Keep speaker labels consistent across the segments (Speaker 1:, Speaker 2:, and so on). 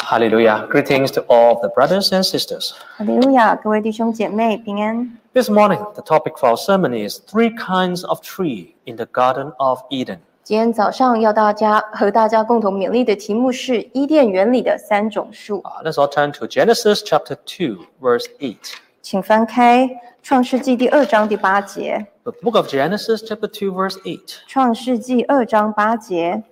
Speaker 1: Hallelujah. Greetings to all of the brothers and sisters.
Speaker 2: 哈利路亚，各位弟兄姐妹平安。
Speaker 1: This morning, the topic for our sermon is three kinds of tree in the Garden of Eden.
Speaker 2: 今天早上要大家和大家共同勉励的题目是伊甸园里的三种树，
Speaker 1: Uh, let's all turn to Genesis chapter 2, verse 8.
Speaker 2: 请翻开《创世纪》第二章第八节，
Speaker 1: The book of Genesis, chapter 2, verse 8.
Speaker 2: 《创世纪》二章八节。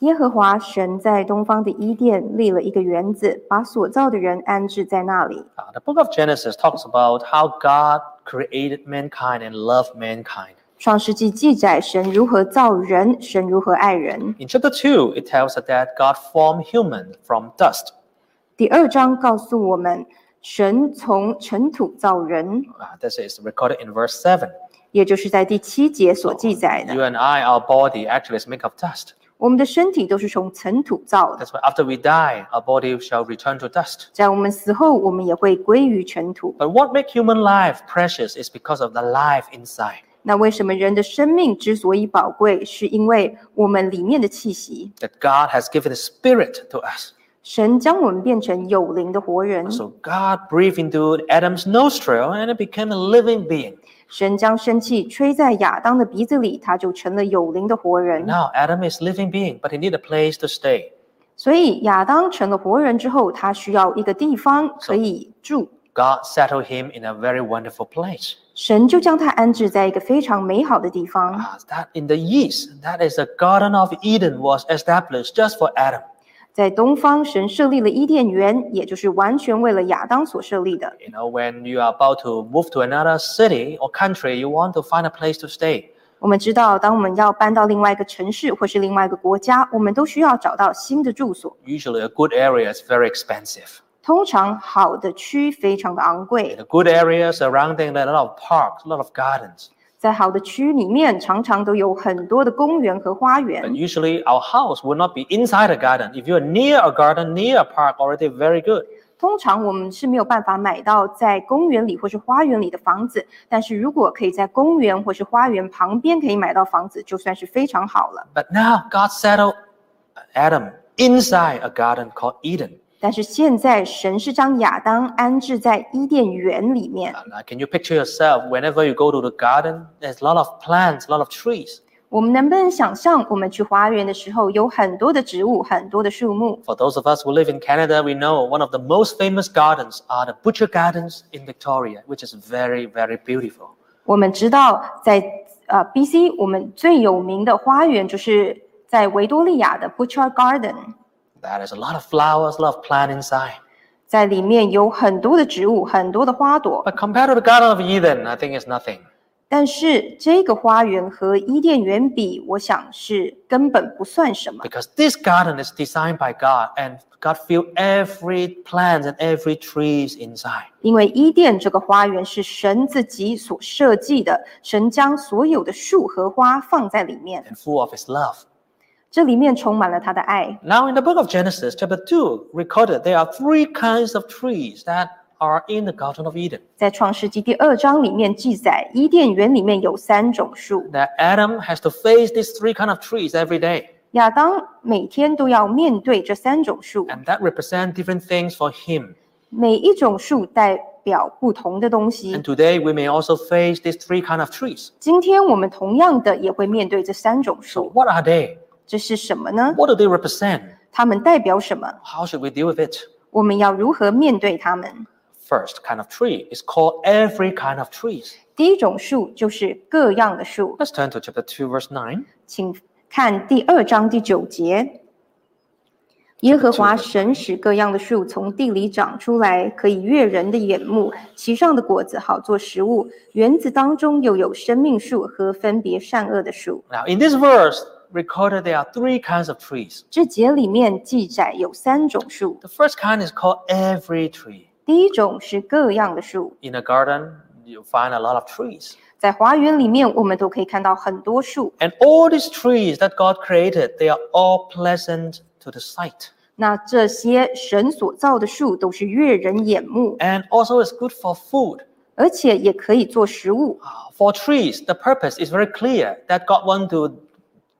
Speaker 2: 耶和华神在东方的伊甸立了一个园子，把所造的人安置在那里。
Speaker 1: Uh, the book of Genesis talks about how God created mankind and loved mankind.
Speaker 2: 创世纪记载神如何造人，神如何爱人。
Speaker 1: In chapter 2, it tells us that God formed human from dust.
Speaker 2: 第二章告诉我们，神从尘土造人，
Speaker 1: Uh, this is recorded in verse 7.
Speaker 2: 也就是在第七节所记载
Speaker 1: You
Speaker 2: 的。
Speaker 1: and I, our body actually is made of dust.
Speaker 2: 我们的身体都是从尘土造的，
Speaker 1: That's why after we die, our body shall return to dust.
Speaker 2: 在我们死后，我们也会归于尘土。
Speaker 1: But what makes human life precious is because of the life inside.
Speaker 2: 那为什么人的生命之所以宝贵，是因为我们里面的气息。
Speaker 1: That God has given His Spirit to us.
Speaker 2: 神将我们变成有灵的活人，
Speaker 1: So God breathed into Adam's nostril and it became a living being.
Speaker 2: 神将生气吹在亚当的鼻子里，他就成了有灵的活人。
Speaker 1: Now Adam is living being, but he need a place to stay.
Speaker 2: 所以亚当成了活人之后，他需要一个地方可以住，
Speaker 1: God settled him in a very wonderful place.
Speaker 2: 神就将他安置在一个非常美好的地方。
Speaker 1: Ah, that in the east, that is the Garden of Eden was established just for Adam.
Speaker 2: 在东方，神设立了伊甸园，也就是完全为了亚当所设立的。
Speaker 1: You know, when you are about to move to another city or country, you want to find a place to stay.
Speaker 2: 我们知道，当我们要搬到另外一个城市或是另外一个国家，我们都需要找到新的住所。
Speaker 1: Usually, a good area is very expensive.
Speaker 2: 通常，好的区非常的昂贵
Speaker 1: In，a good area surrounding there are a lot of parks, a lot of gardens.
Speaker 2: 在好的区里面，常常都有很多的公园和花
Speaker 1: But
Speaker 2: 园。
Speaker 1: usually, our house will not be inside a garden. If you're near a garden, near a park, already very good.
Speaker 2: 通常我们是没有办法买到在公园里或是花园里的房子，但是如果可以在公园或是花园旁边可以买到房子，就算是非常好了。
Speaker 1: But now, God settled Adam inside a garden called Eden.
Speaker 2: 但是现在，神是将亚当安置在伊甸园里面。
Speaker 1: Now, uh, can you picture yourself whenever you go to the garden? There's a lot of plants, a lot of trees.
Speaker 2: 我们能不能想象，我们去花园的时候有很多的植物，很多的树木？
Speaker 1: For those of us who live in Canada, we know one of the most famous gardens are the Butcher Gardens in Victoria, which is very, very beautiful.
Speaker 2: 我们知道在，呃 B.C. 我们最有名的花园就是在维多利亚的 Butcher Garden，
Speaker 1: There is a lot of flowers, a lot of plant inside.
Speaker 2: 在里面有很多的植物，很多的花朵。
Speaker 1: But compared to the Garden of Eden, I think it's nothing.
Speaker 2: 但是这个花园和伊甸园比，我想是根本不算什么，
Speaker 1: Because this garden is designed by God, and God filled every plant and every trees inside.
Speaker 2: 因为伊甸这个花园是神自己所设计的，神将所有的树和花放在里面，
Speaker 1: and full of his love.
Speaker 2: 这里面充满了他的爱。
Speaker 1: Now, in the book of Genesis, chapter 2, recorded there are three kinds of trees that are in the Garden of Eden
Speaker 2: 在创世纪第二章里面记载，伊甸园里面有三种树，
Speaker 1: that Adam has to face these three kind of trees every day.
Speaker 2: 亚当每天都要面对这三种树，
Speaker 1: And that represent different things for him.
Speaker 2: 每一种树代表不同的
Speaker 1: And
Speaker 2: 东西。
Speaker 1: today we may also face these three kind of trees.
Speaker 2: 今天我们同样的也会面对这三种
Speaker 1: So
Speaker 2: 树，
Speaker 1: what are they?
Speaker 2: 这是什么呢？
Speaker 1: What do they represent?
Speaker 2: 它们代表什么？
Speaker 1: How should we deal with it?
Speaker 2: 我们要如何面对它们？
Speaker 1: First kind of tree is called every kind of trees.
Speaker 2: 第一种树就是各样的树，
Speaker 1: Let's turn to chapter 2, verse 9.
Speaker 2: 请看第二章第九节。耶和华神使各样的树从地里长出来，可以悦人的眼目，其上的果子好做食物。园子当中又有生命树和分别善恶的树。
Speaker 1: Now, in this verse, recorded there are three kinds of trees.
Speaker 2: 这节里面记载有三种树，
Speaker 1: The first kind is called every tree.
Speaker 2: 第一种是各样的树，
Speaker 1: In a garden, you find a lot of trees.
Speaker 2: 在花园里面我们都可以看到很多树。
Speaker 1: And all these trees that God created, they are all pleasant to the sight.
Speaker 2: 那这些神所造的树都是悦人眼目，
Speaker 1: And also it's good for food.
Speaker 2: 而且也可以做食物。
Speaker 1: Uh, For trees, the purpose is very clear that God want to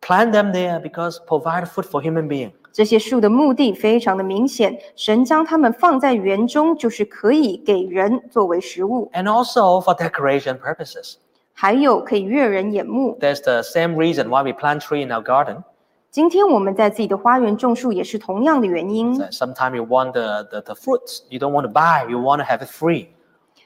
Speaker 1: plant them there because provide food for human being.
Speaker 2: 这些树的目的非常的明显，神将它们放在园中，就是可以给人作为食物，
Speaker 1: and also for decoration purposes.
Speaker 2: 还有可以悦人眼目。
Speaker 1: That's the same reason why we plant tree in our garden.
Speaker 2: 今天我们在自己的花园种树也是同样的原因。
Speaker 1: Sometimes you want the, the, the fruits you don't want to buy, you want to have it free.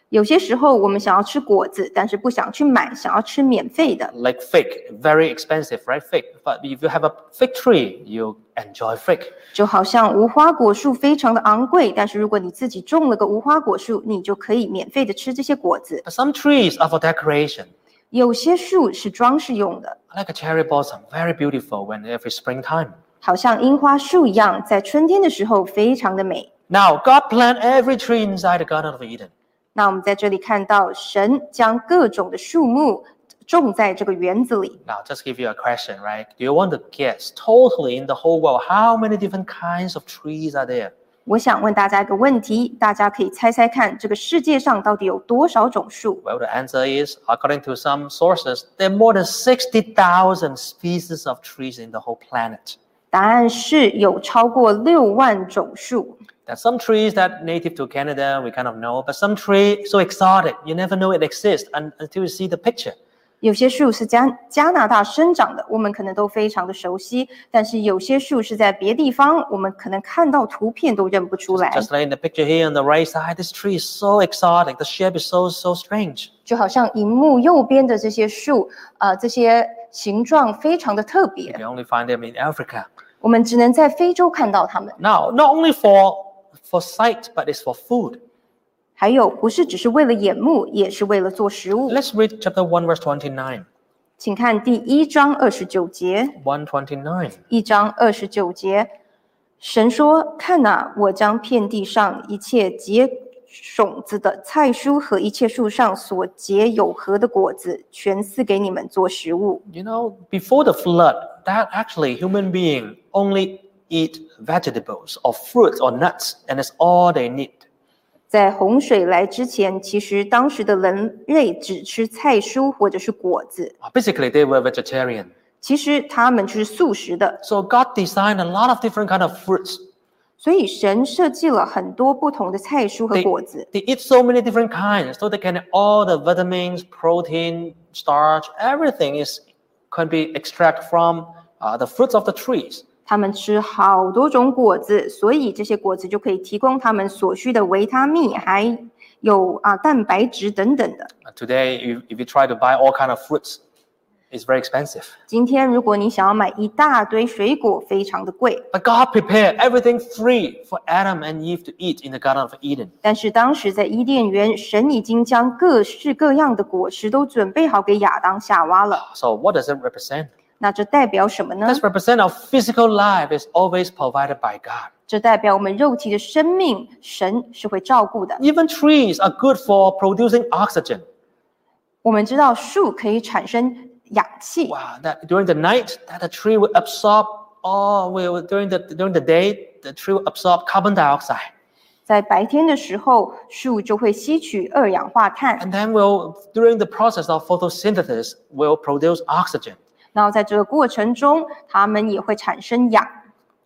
Speaker 2: 有些时候我们想要吃果子，但是不想去买，想要吃免费的。
Speaker 1: Like fig, very expensive, right? Fig. But if you have a fig tree, you enjoy fig.
Speaker 2: 就好像无花果树非常的昂贵，但是如果你自己种了个无花果树，你就可以免费的吃这些果子。
Speaker 1: But some trees are for decoration,
Speaker 2: 有些树是装饰用的，
Speaker 1: like a cherry blossom, very beautiful when every springtime.
Speaker 2: 好像樱花树一样，在春天的时候非常的美。
Speaker 1: Now, God planted every tree inside the Garden of Eden.
Speaker 2: 那我们在这里看到，神将各种的树木种在这个园子里。
Speaker 1: Now, just give you a question, right? Do you want to guess totally in the whole world how many different kinds of trees are there?
Speaker 2: 我想问大家一个问题，大家可以猜猜看，这个世界上到底有多少种树？
Speaker 1: Well, the answer is, according to some sources, there are more than 60,000 species of trees in the whole planet.
Speaker 2: 答案是有超过六万种树。
Speaker 1: There are some trees that native to Canada, we kind of know, but some tree so exotic, you never know it exists un- until you see the picture.
Speaker 2: 有些树是加加拿大生长的，我们可能都非常的熟悉，但是有些树是在别地方，我们可能看到图片都认不出来。
Speaker 1: Just like in the picture here on the right side, this tree is so exotic. The shape is so so strange.
Speaker 2: 就好像荧幕右边的这些树，呃，这些形状非常的特别
Speaker 1: You，can only find them in Africa.
Speaker 2: 我们只能在非洲看到它们。
Speaker 1: Now, not only for for sight, but it's for food.
Speaker 2: 还有，不是只是为了眼目，也是为了做食物。
Speaker 1: Let's read chapter one, verse twenty-nine.
Speaker 2: 请看第一章二十九节。
Speaker 1: One twenty-nine.
Speaker 2: 一章二十九节，神说：“看哪、我将遍地上一切结种子的菜蔬和一切树上所结有核的果子，全赐给你们做食物。
Speaker 1: You know, before the flood, that actually human being only eat vegetables or fruits or nuts, and it's all they need. ”
Speaker 2: 在洪水来之前，其实当时的人类只吃菜蔬或者是果子，
Speaker 1: Uh, Basically, they were vegetarian.
Speaker 2: 其实他们就是素食的。
Speaker 1: So God designed a lot of different kind of fruits.
Speaker 2: 所以神设计了很多不同的菜蔬和
Speaker 1: They,
Speaker 2: 果子，
Speaker 1: they eat so many different kinds, so they can have all the vitamins, protein, starch, everything is can be extracted from uh, the fruits of the trees.
Speaker 2: 他们吃好多种果子，所以这些果子就可以提供他们所需的维他命，还有啊蛋白质等等的。
Speaker 1: Uh, Today, if, if you try to buy all kind of fruits, it's very expensive.
Speaker 2: 今天如果你想要买一大堆水果，非常的贵。
Speaker 1: But God prepared everything free for Adam and Eve to eat in the Garden of Eden.
Speaker 2: 但是当时在伊甸园，神已经将各式各样的果实都准备好给亚当夏娃了。
Speaker 1: So what does it represent?
Speaker 2: 那这代表什么呢？
Speaker 1: This represent our physical life is always provided by God.
Speaker 2: 这代表我们肉体的生命，神是会照顾的。
Speaker 1: Even trees are good for producing oxygen.
Speaker 2: 我们知道树可以产生氧气，
Speaker 1: Wow, that during the night, that the tree will absorb all will during the during the day, the tree will absorb carbon dioxide
Speaker 2: 在白天的时候，树就会吸取二氧化碳，
Speaker 1: and then will during the process of photosynthesis will produce oxygen.
Speaker 2: 然后在这个过程中，它们也会产生氧。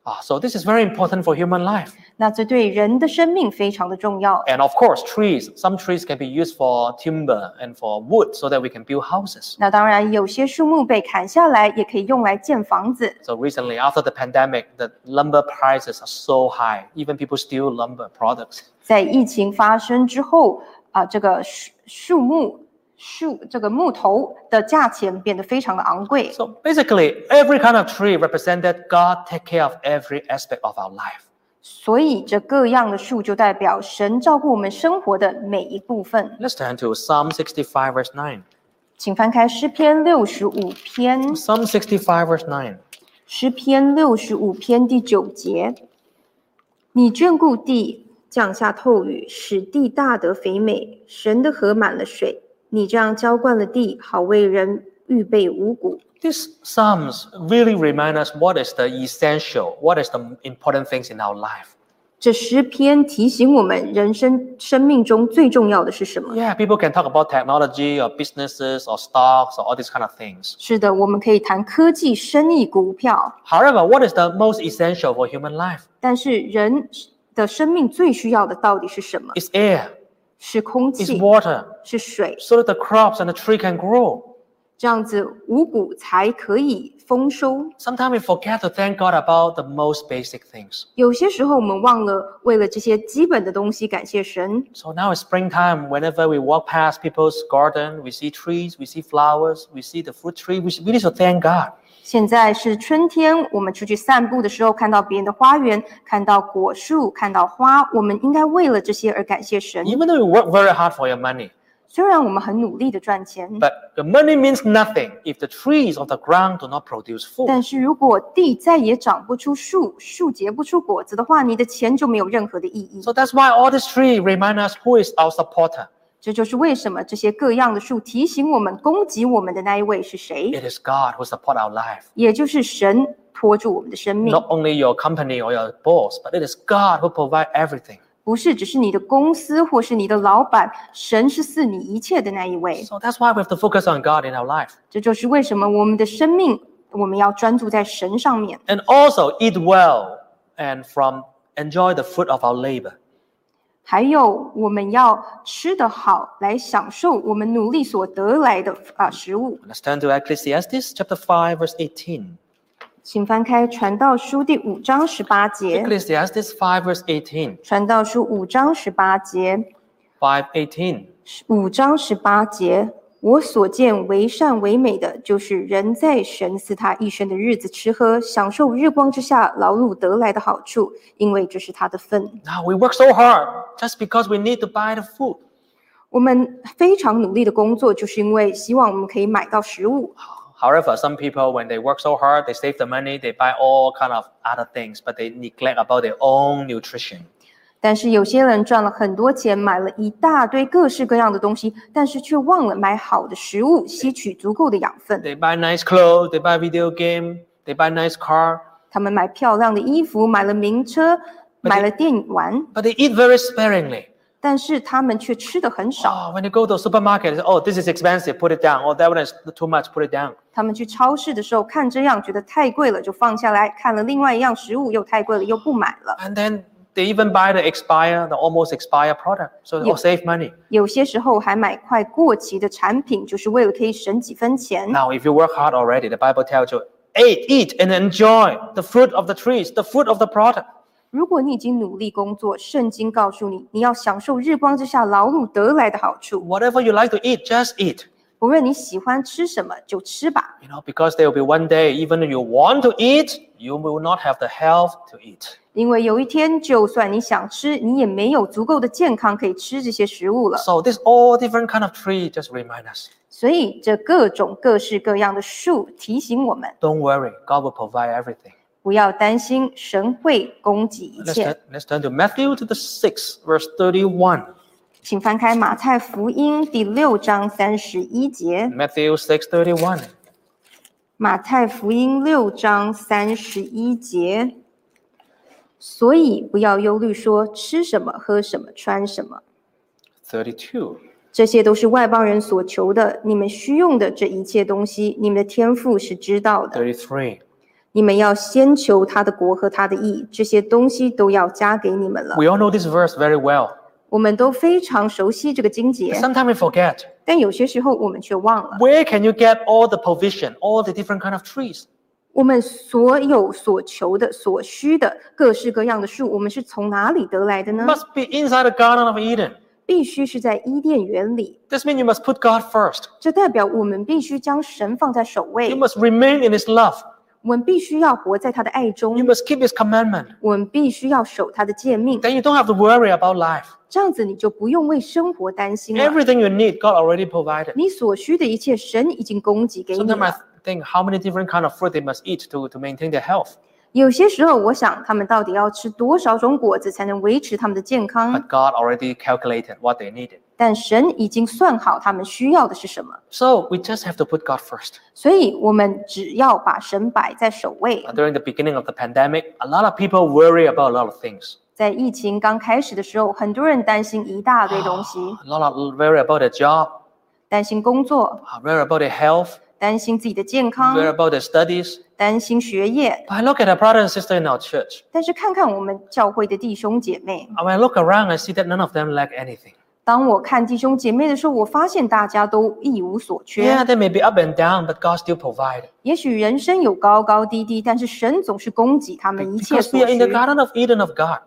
Speaker 1: Ah, so this is very important for human life.
Speaker 2: 那这对人的生命非常的重要。
Speaker 1: And of course, trees. Some trees can be used for timber and for wood so that we can build houses.
Speaker 2: 那当然，有些树木被砍下来，也可以用来建房子。
Speaker 1: So recently, after the pandemic, the lumber prices are so high. Even people steal lumber products.
Speaker 2: 在疫情发生之后，啊、这个树树木树这个木头的价钱变得非常的昂贵。
Speaker 1: So basically, every kind of tree represented God take care of every aspect of our life.
Speaker 2: 所以，这各样的树就代表神照顾我们生活的每一部分。
Speaker 1: Let's turn to Psalm 65, verse 9.
Speaker 2: 请翻开诗篇六十五篇。
Speaker 1: Psalm 65, verse 9.
Speaker 2: 诗篇六十五篇第九节：你眷顾地，降下透雨，使地大得肥美，神的河满了水。你这样浇灌了地，好为人预备五谷。
Speaker 1: These Psalms really remind us what is the essential, what is the important things in our life.
Speaker 2: 这诗篇提醒我们，人生生命中最重要的是什么？
Speaker 1: Yeah, people can talk about technology or businesses or stocks or all these kind of things.
Speaker 2: 是的，我们可以谈科技、生意、股票，
Speaker 1: However, what is the most essential for human life?
Speaker 2: 但是人的生命最需要的到底是什么？
Speaker 1: It's air,
Speaker 2: 是空
Speaker 1: it's
Speaker 2: 气，
Speaker 1: water,
Speaker 2: 是水，
Speaker 1: so that the crops and the tree can grow.
Speaker 2: 这样子五谷才可以丰收。
Speaker 1: Sometimes we forget to thank God about the most basic things.
Speaker 2: 有些时候，我们忘了为了这些基本的东西感谢神。
Speaker 1: So now it's springtime. Whenever we walk past people's garden, we see trees, we see flowers, we see the fruit tree. We should- we need to thank God.
Speaker 2: 现在是春天，我们出去散步的时候，看到别人的花园，看到果树，看到花，我们应该为了这些而感谢神。
Speaker 1: Even though you work very hard for your money,
Speaker 2: 虽然我们很努力的赚钱，
Speaker 1: but the money means nothing if the trees of the ground do not produce food.
Speaker 2: 但是如果地再也长不出树，树结不出果子的话，你的钱就没有任何的意义
Speaker 1: So。that's why all these three remind us who is our supporter.
Speaker 2: 这就是为什么这些各样的树提醒我们，供给我们的那一位是谁，
Speaker 1: It is God who supports our life.
Speaker 2: 也就是神托住我们的生命，
Speaker 1: Not only your company or your boss, but it is God who provides everything.
Speaker 2: 不是只是你的公司或是你的老板，神是赐你一切的那一位。
Speaker 1: So that's why we have to focus on God in our life.
Speaker 2: 这就是为什么我们的生命，我们要专注在神上面，
Speaker 1: And also eat well and from enjoy the fruit of our labor.
Speaker 2: 还有我们要吃得好，来享受我们努力所得来的啊、食物。
Speaker 1: Let's turn to Ecclesiastes chapter 5, verse 18.
Speaker 2: 请翻开《传道书》第五章十八节，《
Speaker 1: Ecclesiastes 5, verse 18.
Speaker 2: 传道书》五章十八节，
Speaker 1: 5, 18.
Speaker 2: 五章十八节，我所见为善为美的，就是人在神赐他一生的日子吃喝，享受日光之下劳碌得来的好处，因为这是他的份。
Speaker 1: Now we work so hard just because we need to buy the food.
Speaker 2: 我们非常努力的工作，就是因为希望我们可以买到食物。
Speaker 1: However, some people, when they work so hard, they save the money, they buy all kind of other things, but they neglect about their own nutrition.
Speaker 2: 但是有些人赚了很多钱，买了一大堆各式各样的东西，但是却忘了买好的食物，吸取足够的养分。
Speaker 1: They buy nice clothes, they buy video game, they buy nice car,
Speaker 2: 他们买漂亮的衣服，买了名车，
Speaker 1: But
Speaker 2: 买了电玩，
Speaker 1: but they eat very sparingly.
Speaker 2: 但是他们却吃的很少。
Speaker 1: Oh, when they go to the supermarket, they say, oh, this is expensive, put it down. Oh, that one is too much, put it down.
Speaker 2: 他们去超市的时候看这样觉得太贵了，就放下来；看了另外一样食物又太贵了，又不买了。
Speaker 1: And then they even buy the expire, the almost expire product, so they'll
Speaker 2: Yeah.
Speaker 1: save money.
Speaker 2: 有些时候还买快过期的产品，就是为了可以省几分钱。
Speaker 1: Now, if you work hard already, the Bible tells you, eat, eat, and enjoy the fruit of the trees, the fruit of the product.
Speaker 2: 如果你已经努力工作，圣经告诉你，你要享受日光之下劳碌得来的好处。
Speaker 1: Whatever you like to eat, just eat.
Speaker 2: 不论你喜欢吃什么，就吃吧，
Speaker 1: You know, because there will be one day, even if you want to eat, you will not have the health to eat.
Speaker 2: 因为有一天，就算你想吃，你也没有足够的健康可以吃这些食物了。
Speaker 1: So this all different kind of tree just remind us.
Speaker 2: 所以，这各种各式各样的树提醒我们，
Speaker 1: Don't worry, God will provide everything.
Speaker 2: 不要担心，神会供给一
Speaker 1: Let's turn,
Speaker 2: 切。
Speaker 1: let's turn to Matthew to the sixth verse 31.
Speaker 2: 请翻开马太福音第六章三十一节。
Speaker 1: Matthew 6, 31.
Speaker 2: 马太福音六章三十一节，所以不要忧虑，说吃什么、喝什么、穿什么，
Speaker 1: 32.
Speaker 2: 这些都是外邦人所求的。你们需用的这一切东西，你们的天赋是知道的。
Speaker 1: 33.
Speaker 2: 你们要先求他的国和他的义，这些东西都要加给你们了。
Speaker 1: We all know this verse very well.
Speaker 2: 我们都非常熟悉这个经节，
Speaker 1: Sometimes we forget.
Speaker 2: 但有些时候我们却忘了，
Speaker 1: Where can you get all the provision, all the different kind of trees?
Speaker 2: 我们所有所求的、所需的各式各样的树，我们是从哪里得来的呢？
Speaker 1: Must be inside the Garden of Eden.
Speaker 2: 必须是在伊甸园里。
Speaker 1: This means you must put God first.
Speaker 2: 这代表我们必须将神放在首
Speaker 1: You
Speaker 2: 位，
Speaker 1: must remain in His love.
Speaker 2: 我们必须要活在他的爱
Speaker 1: You
Speaker 2: 中，
Speaker 1: must keep His commandment.
Speaker 2: 我们必须要守他的诫命。
Speaker 1: Then you don't have to worry about life.
Speaker 2: 这样子你就不用为生活担心了。
Speaker 1: Everything you need, God already provided.
Speaker 2: 你所需的一切，神已经供给给你
Speaker 1: Sometimes I
Speaker 2: 了。
Speaker 1: think how many different kind of fruit they must eat to, to maintain their health.
Speaker 2: 有些时候，我想他们到底要吃多少种果子才能维持他们的健康？
Speaker 1: But God already calculated what they needed.
Speaker 2: 但神已经算好他们需要的是什么，
Speaker 1: So we just have to put God first.
Speaker 2: 所以我们只要把神摆在首位
Speaker 1: Uh,。During the beginning of the pandemic, a lot of people worry about a lot of things.
Speaker 2: 在疫情刚开始的时候，很多人担心一大堆东西，
Speaker 1: A lot of worry about their job,
Speaker 2: 担心工作，
Speaker 1: uh, worry about their health,
Speaker 2: 担心自己的健
Speaker 1: worry
Speaker 2: 康，
Speaker 1: about their studies.
Speaker 2: 担心学业。
Speaker 1: But I look at our brother and sister in our church.
Speaker 2: 但是看看我们教会的弟兄姐妹，
Speaker 1: And when I look around, I see that none of them lack anything.
Speaker 2: 当我看弟兄姐妹的时候，我发现大家都一无所缺。
Speaker 1: Yeah, they may be up and down, but God still provides.
Speaker 2: 也许人生有高高低低，但是神总是供给他们一切
Speaker 1: Because
Speaker 2: 所
Speaker 1: we are in
Speaker 2: 需
Speaker 1: the。Garden of Eden of God.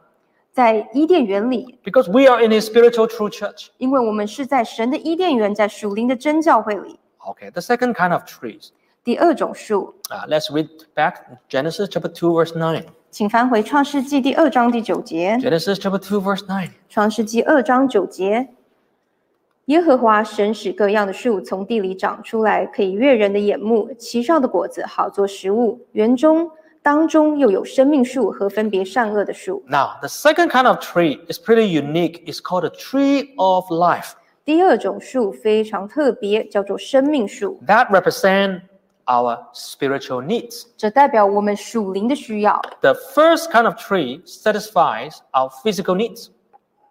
Speaker 2: 在伊甸园里，
Speaker 1: Because we are in His spiritual true church.
Speaker 2: 因为我们是在神的伊甸园，在属灵的真教会里。
Speaker 1: Okay, the second kind of trees.
Speaker 2: 第二种树，
Speaker 1: Uh, let's read back Genesis chapter 2, verse 9.
Speaker 2: 请翻回创世纪第二章第九节。
Speaker 1: Genesis chapter 2, verse 9.
Speaker 2: 创世纪二章九节，耶和华神使各样的树从地里长出来，可以悦人的眼目，其上的果子好做食物。园中当中又有生命树和分别善恶的树。
Speaker 1: Now, the second kind of tree is pretty unique. It's called the tree of life.
Speaker 2: 第二种树非常特别，叫做生命树，
Speaker 1: That represent our spiritual needs.
Speaker 2: 这代表我们属灵的需要。
Speaker 1: The first kind of tree satisfies our physical needs.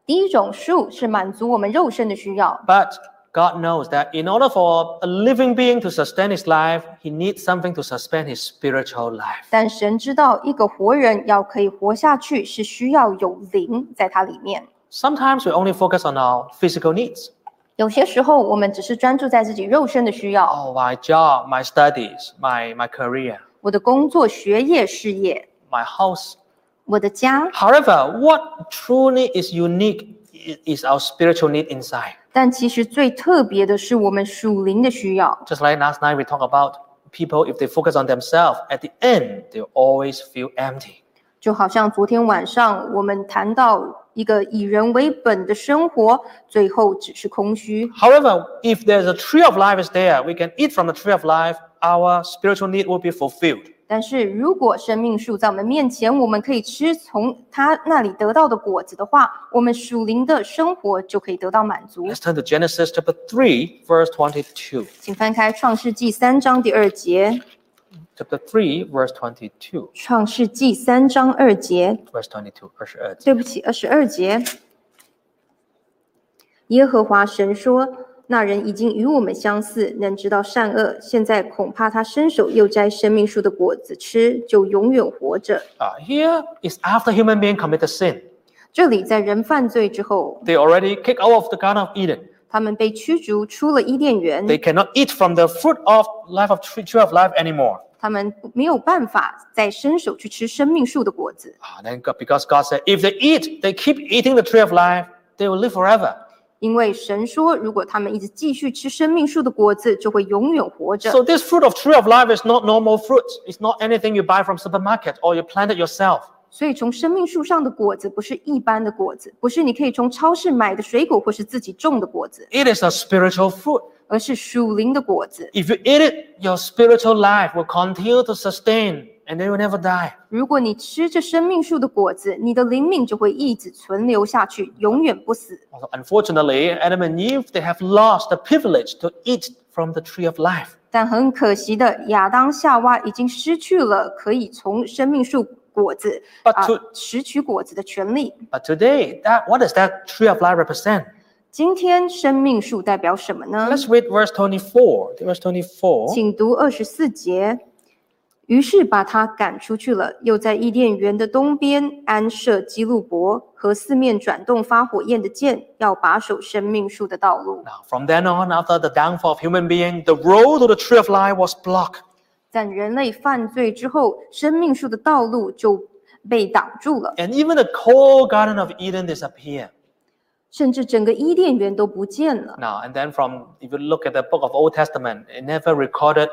Speaker 2: 第一种树是满足我们肉身的需要，
Speaker 1: But God knows that in order for a living being to sustain his life, he needs something to suspend his spiritual life.
Speaker 2: 但神知道一个活人要可以活下去，是需要有灵在它里面。
Speaker 1: Sometimes we only focus on our physical needs.
Speaker 2: 有些时候，我们只是专注在自己肉身的需要，
Speaker 1: Oh, my job, my studies, my, my career,
Speaker 2: 我的工作、学业、事业，
Speaker 1: my house.
Speaker 2: 我的家。
Speaker 1: However, what truly is unique i- is our spiritual need inside.
Speaker 2: 但其实最特别的是我们属灵的需要。
Speaker 1: Just like last night, we talked about people, if they focus on themselves, at the end, they'll always feel empty.
Speaker 2: 就好像昨天晚上我们谈到一个以人为本的生活，最后只是空虚。
Speaker 1: However, if there's a tree of life is there, we can eat from the tree of life, our spiritual need will be fulfilled.
Speaker 2: 但是如果生命树在我们面前，我们可以吃从它那里得到的果子的话，我们属灵的生活就可以得到满足
Speaker 1: Let's。turn to Genesis chapter 3, verse 22.
Speaker 2: 请翻开《创世纪》三章第二节，《
Speaker 1: Chapter 3, verse 22.
Speaker 2: 创世纪》三章二节
Speaker 1: Verse 22, 22.
Speaker 2: 对不起，二十二节。耶和华神说：“那人已经与我们相似，能知道善恶。现在恐怕他伸手又摘生命树的果子吃，就永远活着。
Speaker 1: Uh, here is after human being committed sin. ”
Speaker 2: 这里在人犯罪之后，
Speaker 1: They already kicked out of the Garden of Eden.
Speaker 2: 他们被驱逐出了伊甸
Speaker 1: They
Speaker 2: 园，
Speaker 1: cannot eat from the fruit of life of tree, tree of life anymore.
Speaker 2: 他们没有办法再伸手去吃生命树的果子，
Speaker 1: Ah, then God, because God said, if they eat, they keep eating the tree of life, they will live forever.
Speaker 2: 因为神说，如果他们一直继续吃生命树的果子，就会永远活着
Speaker 1: So。this fruit of tree of life is not normal fruit. It's not anything you buy from supermarket or you planted yourself.
Speaker 2: 所以，从生命树上的果子不是一般的果子，不是你可以从超市买的水果或是自己种的果子，
Speaker 1: It is a spiritual fruit.
Speaker 2: 而是属灵的果子。
Speaker 1: If you eat it, your spiritual life will continue to sustain and then you will never die.
Speaker 2: 如果你吃着生命树的果子，你的灵命就会一直存留下去，永远不死。
Speaker 1: Also, unfortunately, Adam and Eve, they have lost the privilege to eat from the tree of life.
Speaker 2: 但很可惜的，亚当夏娃已经失去了可以从生命树果子啊、
Speaker 1: But to-
Speaker 2: 拾取果子的权利。
Speaker 1: But today, that what does that tree of life represent?
Speaker 2: 今天，生命树代表什么呢？
Speaker 1: Let's read verse 24. Verse 24.
Speaker 2: 请读二十四节。于是把他赶出去了，又在伊甸园的东边安设基路伯和四面转动发火焰的箭，要把守生命树的道路。
Speaker 1: Now, from then on, after the downfall of human being, the road to the tree of life was blocked.
Speaker 2: 在人类犯罪之后，生命树的道路就被挡住了，
Speaker 1: And even the whole Garden of Eden disappeared.
Speaker 2: 甚至整个伊甸园都不见了。
Speaker 1: Now, and then from, if you look at the book of Old Testament, it never recorded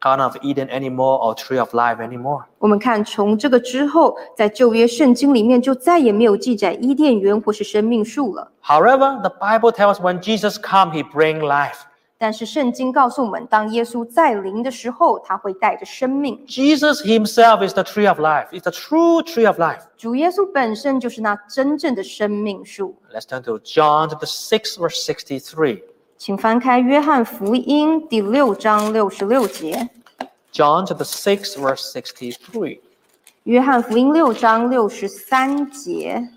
Speaker 1: Garden of Eden anymore or tree of life anymore.
Speaker 2: 我们看，从这个之后，在旧约圣经里面就再也没有记载伊甸园或是生命树了。
Speaker 1: However, the Bible tells when Jesus come, he bring life.
Speaker 2: 但是圣经告诉我们，当耶稣再临的时候，他会带着生命。
Speaker 1: Jesus himself is the tree of life. It's the true tree of life.
Speaker 2: 主耶稣本身就是那真正的生命树。
Speaker 1: Let's turn to John chapter 6, verse 63.
Speaker 2: 请翻开《约翰福音》第六章六十六节，《
Speaker 1: John chapter 6, verse 63.
Speaker 2: 约翰福音》六章六十三节，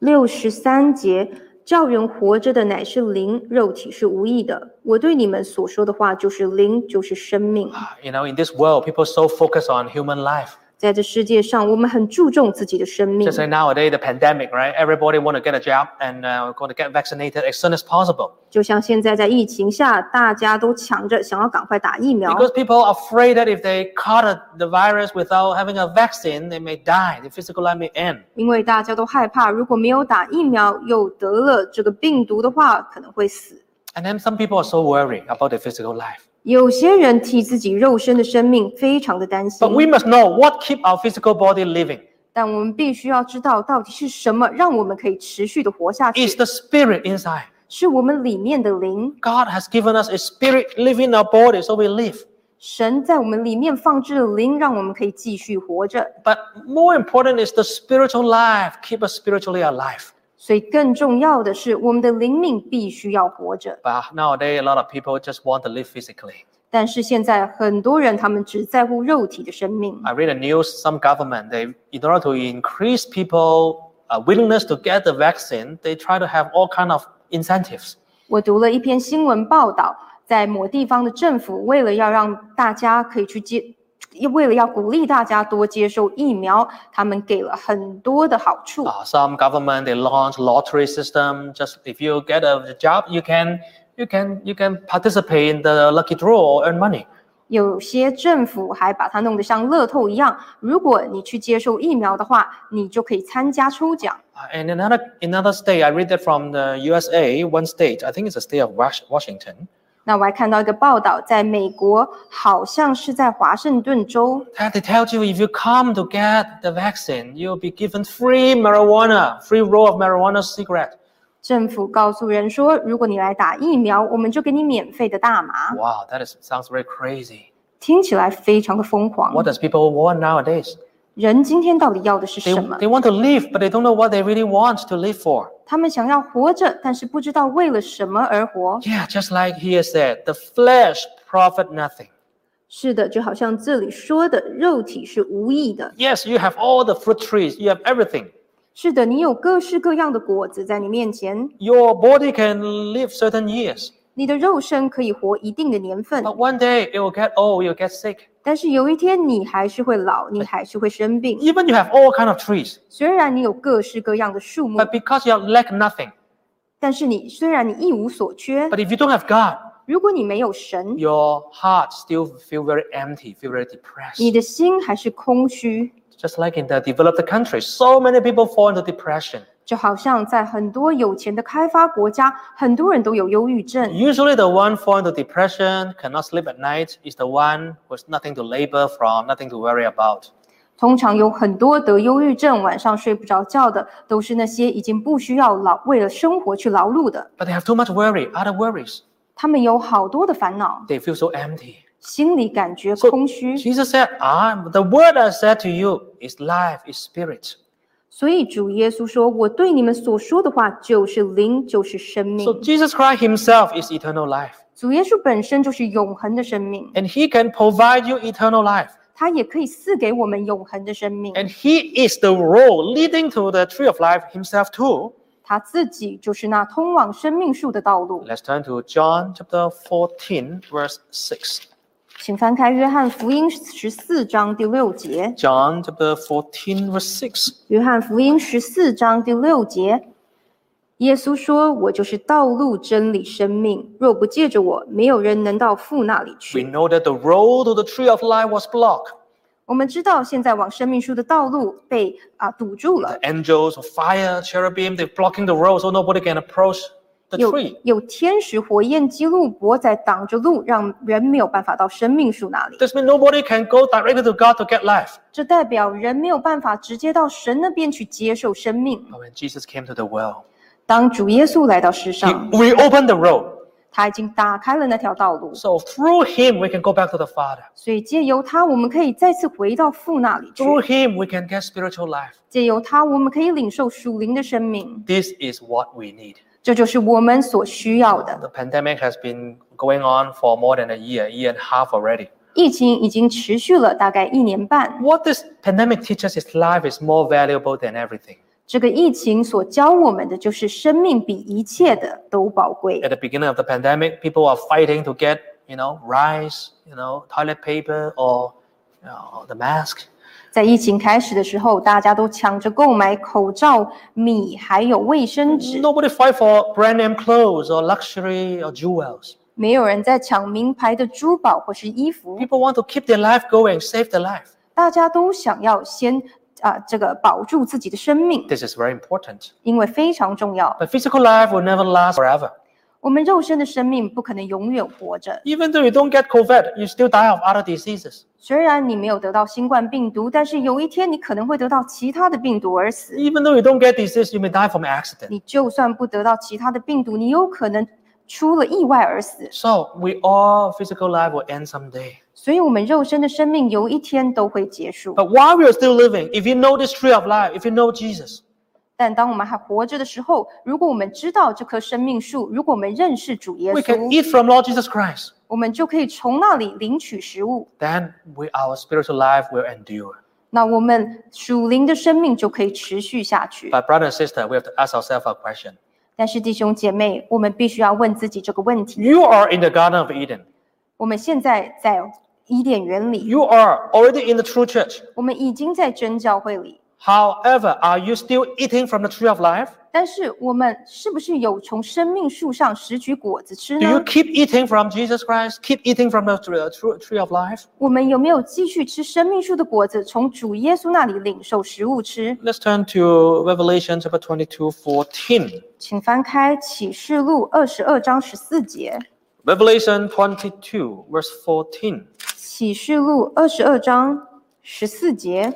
Speaker 2: 六十三节，叫人活着的乃是灵，肉体是无益的。我对你们所说的话就是灵，就是生命。
Speaker 1: You know, in this world, people so focus on human life.
Speaker 2: 在这世界上，我们很注重自己的生命
Speaker 1: Just。like nowadays, the pandemic, right? Everybody want to get a job and uh, going to get vaccinated as soon as possible
Speaker 2: 就像现在在疫情下，大家都抢着想要赶快打疫苗，
Speaker 1: because people are afraid that if they caught a- the virus without having a vaccine, they may die. Their physical life may end.
Speaker 2: 因为大家都害怕，如果没有打疫苗，又得了这个病毒的话，可能会死。
Speaker 1: And then some people are so worried about their physical life.
Speaker 2: 有些人替自己肉身的生命非常的担心
Speaker 1: But，we must know what keep our physical body living.
Speaker 2: 但我们必须要知道，到底是什么让我们可以持续的活下
Speaker 1: It's
Speaker 2: 去？
Speaker 1: the spirit inside.
Speaker 2: 是我们里面的灵，
Speaker 1: God has given us a spirit living in our body, so we live.
Speaker 2: 神在我们里面放置了灵，让我们可以继续活着。
Speaker 1: But more important is the spiritual life. Keep us spiritually alive.
Speaker 2: 所以更重要的是，我们的灵命必须要活着。
Speaker 1: But nowadays, a lot of people just want to live physically.
Speaker 2: 但是现在很多人他们只在乎肉体的生命。
Speaker 1: I read the news. Some government, they in order to increase people uh, willingness to get the vaccine, they try to have all kind of incentives.
Speaker 2: 我读了一篇新闻报道，在某地方的政府为了要让大家可以去接，为了要鼓励大家多接受疫苗，他们给了很多的好处。
Speaker 1: Uh, some government they launch lottery system. Just if you get a job, you can you can you can participate in the lucky draw or earn money.
Speaker 2: 有些政府还把它弄得像乐透一样，如果你去接受疫苗的话，你就可以参加抽奖。
Speaker 1: Uh, and another another state, I read that from the USA, one state, I think it's the state of Wash, Washington.
Speaker 2: 那我还看到一个报道，在美国好像是在华盛顿州，
Speaker 1: that They tell you if you come to get the vaccine, you'll be given free marijuana, free roll of marijuana cigarette.
Speaker 2: 政府告诉人说，如果你来打疫苗，我们就给你免费的大麻。
Speaker 1: Wow, that is sounds very crazy.
Speaker 2: 听起来非常的疯狂
Speaker 1: What。does people want nowadays?
Speaker 2: 人今天到底要的是
Speaker 1: They,
Speaker 2: 什么？
Speaker 1: they want to live, but they don't know what they really want to live for.
Speaker 2: 他们想要活着，但是不知道为了什么而活。
Speaker 1: Yeah, just like he has said, the flesh profit nothing.
Speaker 2: 是的，就好像这里说的，肉体是无益的。
Speaker 1: Yes, you have all the fruit trees, you have everything.
Speaker 2: 是的，你有各式各样的果子在你面前，
Speaker 1: Your body can live certain years,
Speaker 2: 你的肉身可以活一定的年份，
Speaker 1: but one day it will get old, you'll get sick.
Speaker 2: 但是有一天你还是会老，你还是会生病。
Speaker 1: Even you have all kind of trees,
Speaker 2: 虽然你有各式各样的树木，
Speaker 1: but because you lack nothing,
Speaker 2: 但是你虽然你一无所缺，
Speaker 1: but if you don't have God,
Speaker 2: 如果你没有神，
Speaker 1: your heart still feel very empty, feel very depressed.
Speaker 2: 你的心还是空虚。
Speaker 1: Just like in the developed countries, so many people fall into depression.
Speaker 2: 就好像在很多有钱的开发国家，很多人都有忧郁症。
Speaker 1: Usually, the one fall into depression, cannot sleep at night, is the one who has nothing to labor from, nothing to worry about.
Speaker 2: 通常有很多得忧郁症、晚上睡不着觉的，都是那些已经不需要劳为了生活去劳碌的。
Speaker 1: But they have too much worry, other worries.
Speaker 2: 他们有好多的烦恼，
Speaker 1: They feel so empty.
Speaker 2: 心里感觉空虚。
Speaker 1: Jesus said, "Ah, the word I said to you is life, is spirit."
Speaker 2: 所以主耶稣说：“我对你们所说的话就是灵，就是生命。
Speaker 1: So Jesus Christ Himself is eternal life,
Speaker 2: 主耶稣本身就是永恒的生命，
Speaker 1: and He can provide you eternal life.
Speaker 2: 他也可以赐给我们永恒的生命。
Speaker 1: And He is the road leading to the tree of life Himself too.
Speaker 2: 他自己就是那通往生命树的道路。”
Speaker 1: Let's turn to John chapter 14, verse 6.
Speaker 2: 请翻开《约翰福音》十四章第六节，《
Speaker 1: John chapter 14, verse 6.
Speaker 2: 约翰福音》十四章第六节，耶稣说：“我就是道路、真理、生命，若不借着我，没有人能到父那里
Speaker 1: We
Speaker 2: 去。
Speaker 1: know that the road to the tree of life was blocked. ”
Speaker 2: 我们知道，现在往生命树的道路被啊堵住了，
Speaker 1: Angels of fire, cherubim, they're blocking the road so nobody can approach the
Speaker 2: 有
Speaker 1: tree.
Speaker 2: 有天使、火焰、基路伯在挡着路，让人没有办法到生命树那里。
Speaker 1: This means nobody can go directly to God to get life.
Speaker 2: 这代表人没有办法直接到神那边去接受生命。
Speaker 1: But when Jesus came to the world,
Speaker 2: 当主耶稣来到世
Speaker 1: He
Speaker 2: 上，
Speaker 1: reopened the road.
Speaker 2: 他已经打开了那条道路。
Speaker 1: So through Him, we can go back to the Father.
Speaker 2: 所以借由它，我们可以再次回到父那里去；
Speaker 1: Through Him, we can get spiritual life.
Speaker 2: 借由它，我们可以领受属灵的生命，
Speaker 1: This is what we need.
Speaker 2: 这就是我们所需要的。
Speaker 1: The pandemic has been going on for more than a year, year and a half already.
Speaker 2: 疫情已经持续了大概一年半，
Speaker 1: What this pandemic teaches is life is more valuable than everything.
Speaker 2: 这个疫情所教我们的就是生命比一切的都宝贵
Speaker 1: At。the beginning of the pandemic, people are fighting to get, you know, rice, you know, toilet paper or you know, the mask.
Speaker 2: 在疫情开始的时候，大家都抢着购买口罩、米还有卫生纸，
Speaker 1: Nobody fight for brand name clothes or luxury or jewels.
Speaker 2: 没有人在抢名牌的珠宝或是衣服，
Speaker 1: People want to keep their life going, save their life.
Speaker 2: 大家都想要先啊、这个保住自己的生命，
Speaker 1: This is very important.
Speaker 2: 因为非常重要。
Speaker 1: But physical life will never last forever.
Speaker 2: 我们肉身的生命不可能永远活着，
Speaker 1: Even though you don't get COVID, you still die of other diseases.
Speaker 2: 虽然你没有得到新冠病毒，但是有一天你可能会得到其他的病毒而死。
Speaker 1: Even though you don't get disease, you may die from an accident.
Speaker 2: 你就算不得到其他的病毒，你有可能出了意外而死。
Speaker 1: So we all physical life will end someday.
Speaker 2: 所以，我们肉身的生命有一天都会结束。
Speaker 1: But while we are still living, if you know this tree of life, if you know Jesus,
Speaker 2: 但当我们还活着的时候，如果我们知道这棵生命树，如果我们认识主耶
Speaker 1: we can
Speaker 2: 稣，
Speaker 1: eat from Lord Jesus Christ.
Speaker 2: 我们就可以从那里领取食物。
Speaker 1: Then we, our spiritual life will endure.
Speaker 2: 那我们属灵的生命就可以持续下去。
Speaker 1: But brother and sister, we have to ask ourselves a question.
Speaker 2: 但是弟兄姐妹，我们必须要问自己这个问题：
Speaker 1: You are in the Garden of Eden.
Speaker 2: 我们现在在伊甸园里，
Speaker 1: You are already in the true church.
Speaker 2: 我们已经在真教会里，
Speaker 1: However, are you still eating from the tree of life?
Speaker 2: 但是我们是不是有从生命树上拾取果子吃
Speaker 1: Do you
Speaker 2: 呢？
Speaker 1: keep eating from Jesus Christ? Keep eating from the tree, tree- tree of life?
Speaker 2: 我们有没有继续吃生命树的果子，从主耶稣那里领受食物吃？
Speaker 1: Let's turn to Revelation chapter 22, 14.
Speaker 2: 请翻开启示录二十二章十四节，
Speaker 1: Revelation 22, verse 14.
Speaker 2: 启示录二十二章十四节。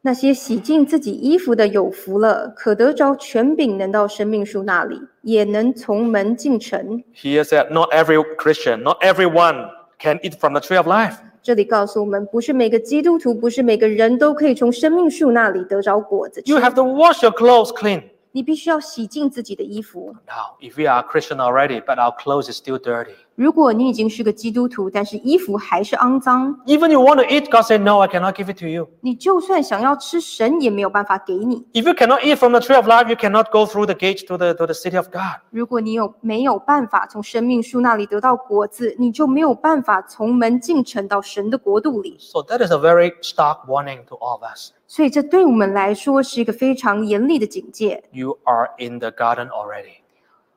Speaker 2: 那些洗净自己衣服的有福了，可得着权柄，能到生命树那里，也能从门进城。
Speaker 1: Here said, Not every Christian, not everyone can eat from the tree of life.
Speaker 2: 这里告诉我们，不是每个基督徒，不是每个人都可以从生命树那里得着果子吃
Speaker 1: You have to wash your clothes clean.
Speaker 2: 你必须要洗净自己的衣服。
Speaker 1: Now, if we are Christian already, but our clothes is still dirty,
Speaker 2: 如果你已经是个基督徒，但是衣服还是肮脏，
Speaker 1: even you want to eat, God said, No, I cannot give it to you.
Speaker 2: 你就算想要吃神也没有办法给你。
Speaker 1: If you cannot eat from the tree of life, you cannot go through the gate to the to the city of God.
Speaker 2: 如果你有没有办法从生命树那里得到果子，你就没有办法从门进城到神的国度里。
Speaker 1: So that is a very stark warning to all of us.
Speaker 2: 所以，这对我们来说是一个非常严厉的警戒。
Speaker 1: You are in the garden already.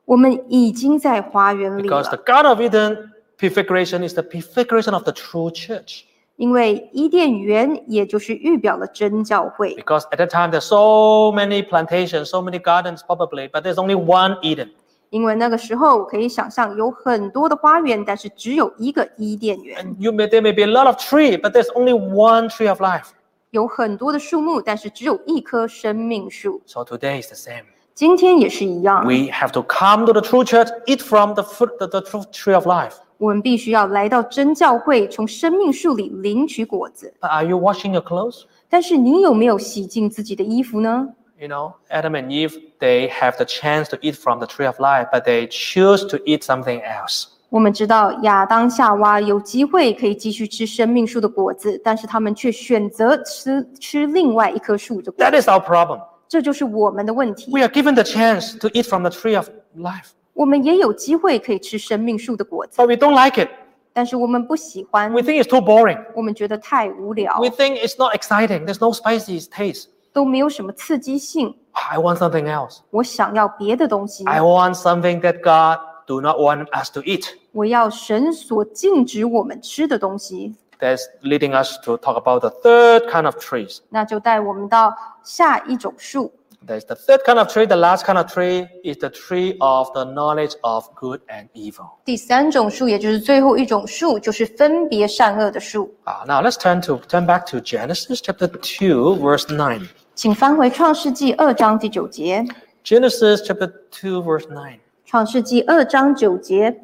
Speaker 2: 我们已经在花园里
Speaker 1: Because the
Speaker 2: 了，
Speaker 1: Garden of Eden prefiguration is the prefiguration of the true church.
Speaker 2: 因为伊甸园也就是预表了真教会。
Speaker 1: Because at that time there's so many plantations, so many gardens probably, but there's only one Eden.
Speaker 2: 因为那个时候，我可以想象有很多的花园，但是只有一个伊甸园。
Speaker 1: And you may there may be a lot of tree, but there's only one tree of life.
Speaker 2: 有很多的树木，但是只有一棵生命树。
Speaker 1: So today is the same.
Speaker 2: 今天也是一样，
Speaker 1: We have to come to the true church, eat from the fruit, the, the true tree of life.
Speaker 2: 我们必须要来到真教会，从生命树里领取果子。
Speaker 1: But are you washing your clothes?
Speaker 2: 但是你有没有洗净自己的衣服呢？
Speaker 1: You know, Adam and Eve, they have the chance to eat from the tree of life, but they choose to eat something else.
Speaker 2: 我们知道亚当夏娃有机会可以继续吃生命树的果子，但是他们却选择吃吃另外一棵树的果
Speaker 1: That
Speaker 2: 子，
Speaker 1: is our problem.
Speaker 2: 这就是我们的问题
Speaker 1: We。are given the chance to eat from the tree of life,
Speaker 2: 我们也有机会可以吃生命树的果子，
Speaker 1: but we don't like it.
Speaker 2: 但是我们不喜欢
Speaker 1: We，think it's too boring.
Speaker 2: 我们觉得太无聊
Speaker 1: We，think it's not exciting. There's no spicy taste.
Speaker 2: 都没有什么刺激性。
Speaker 1: I want something else.
Speaker 2: 我想要别的东西，
Speaker 1: I want something that God do not want us to eat.
Speaker 2: 我要神所禁止我们吃的东西。
Speaker 1: That's leading us to talk about the third kind of trees.
Speaker 2: 那就带我们到下一种树，
Speaker 1: There's the third kind of tree. The last kind of tree is the tree of the knowledge of good and evil.
Speaker 2: 第三种树，也就是最后一种树，就是分别善恶的树。
Speaker 1: Ah, now let's turn to turn back to Genesis chapter two, verse nine.
Speaker 2: 请翻回创世纪二章第九节，
Speaker 1: Genesis chapter two, verse nine.
Speaker 2: 创世纪二章九节。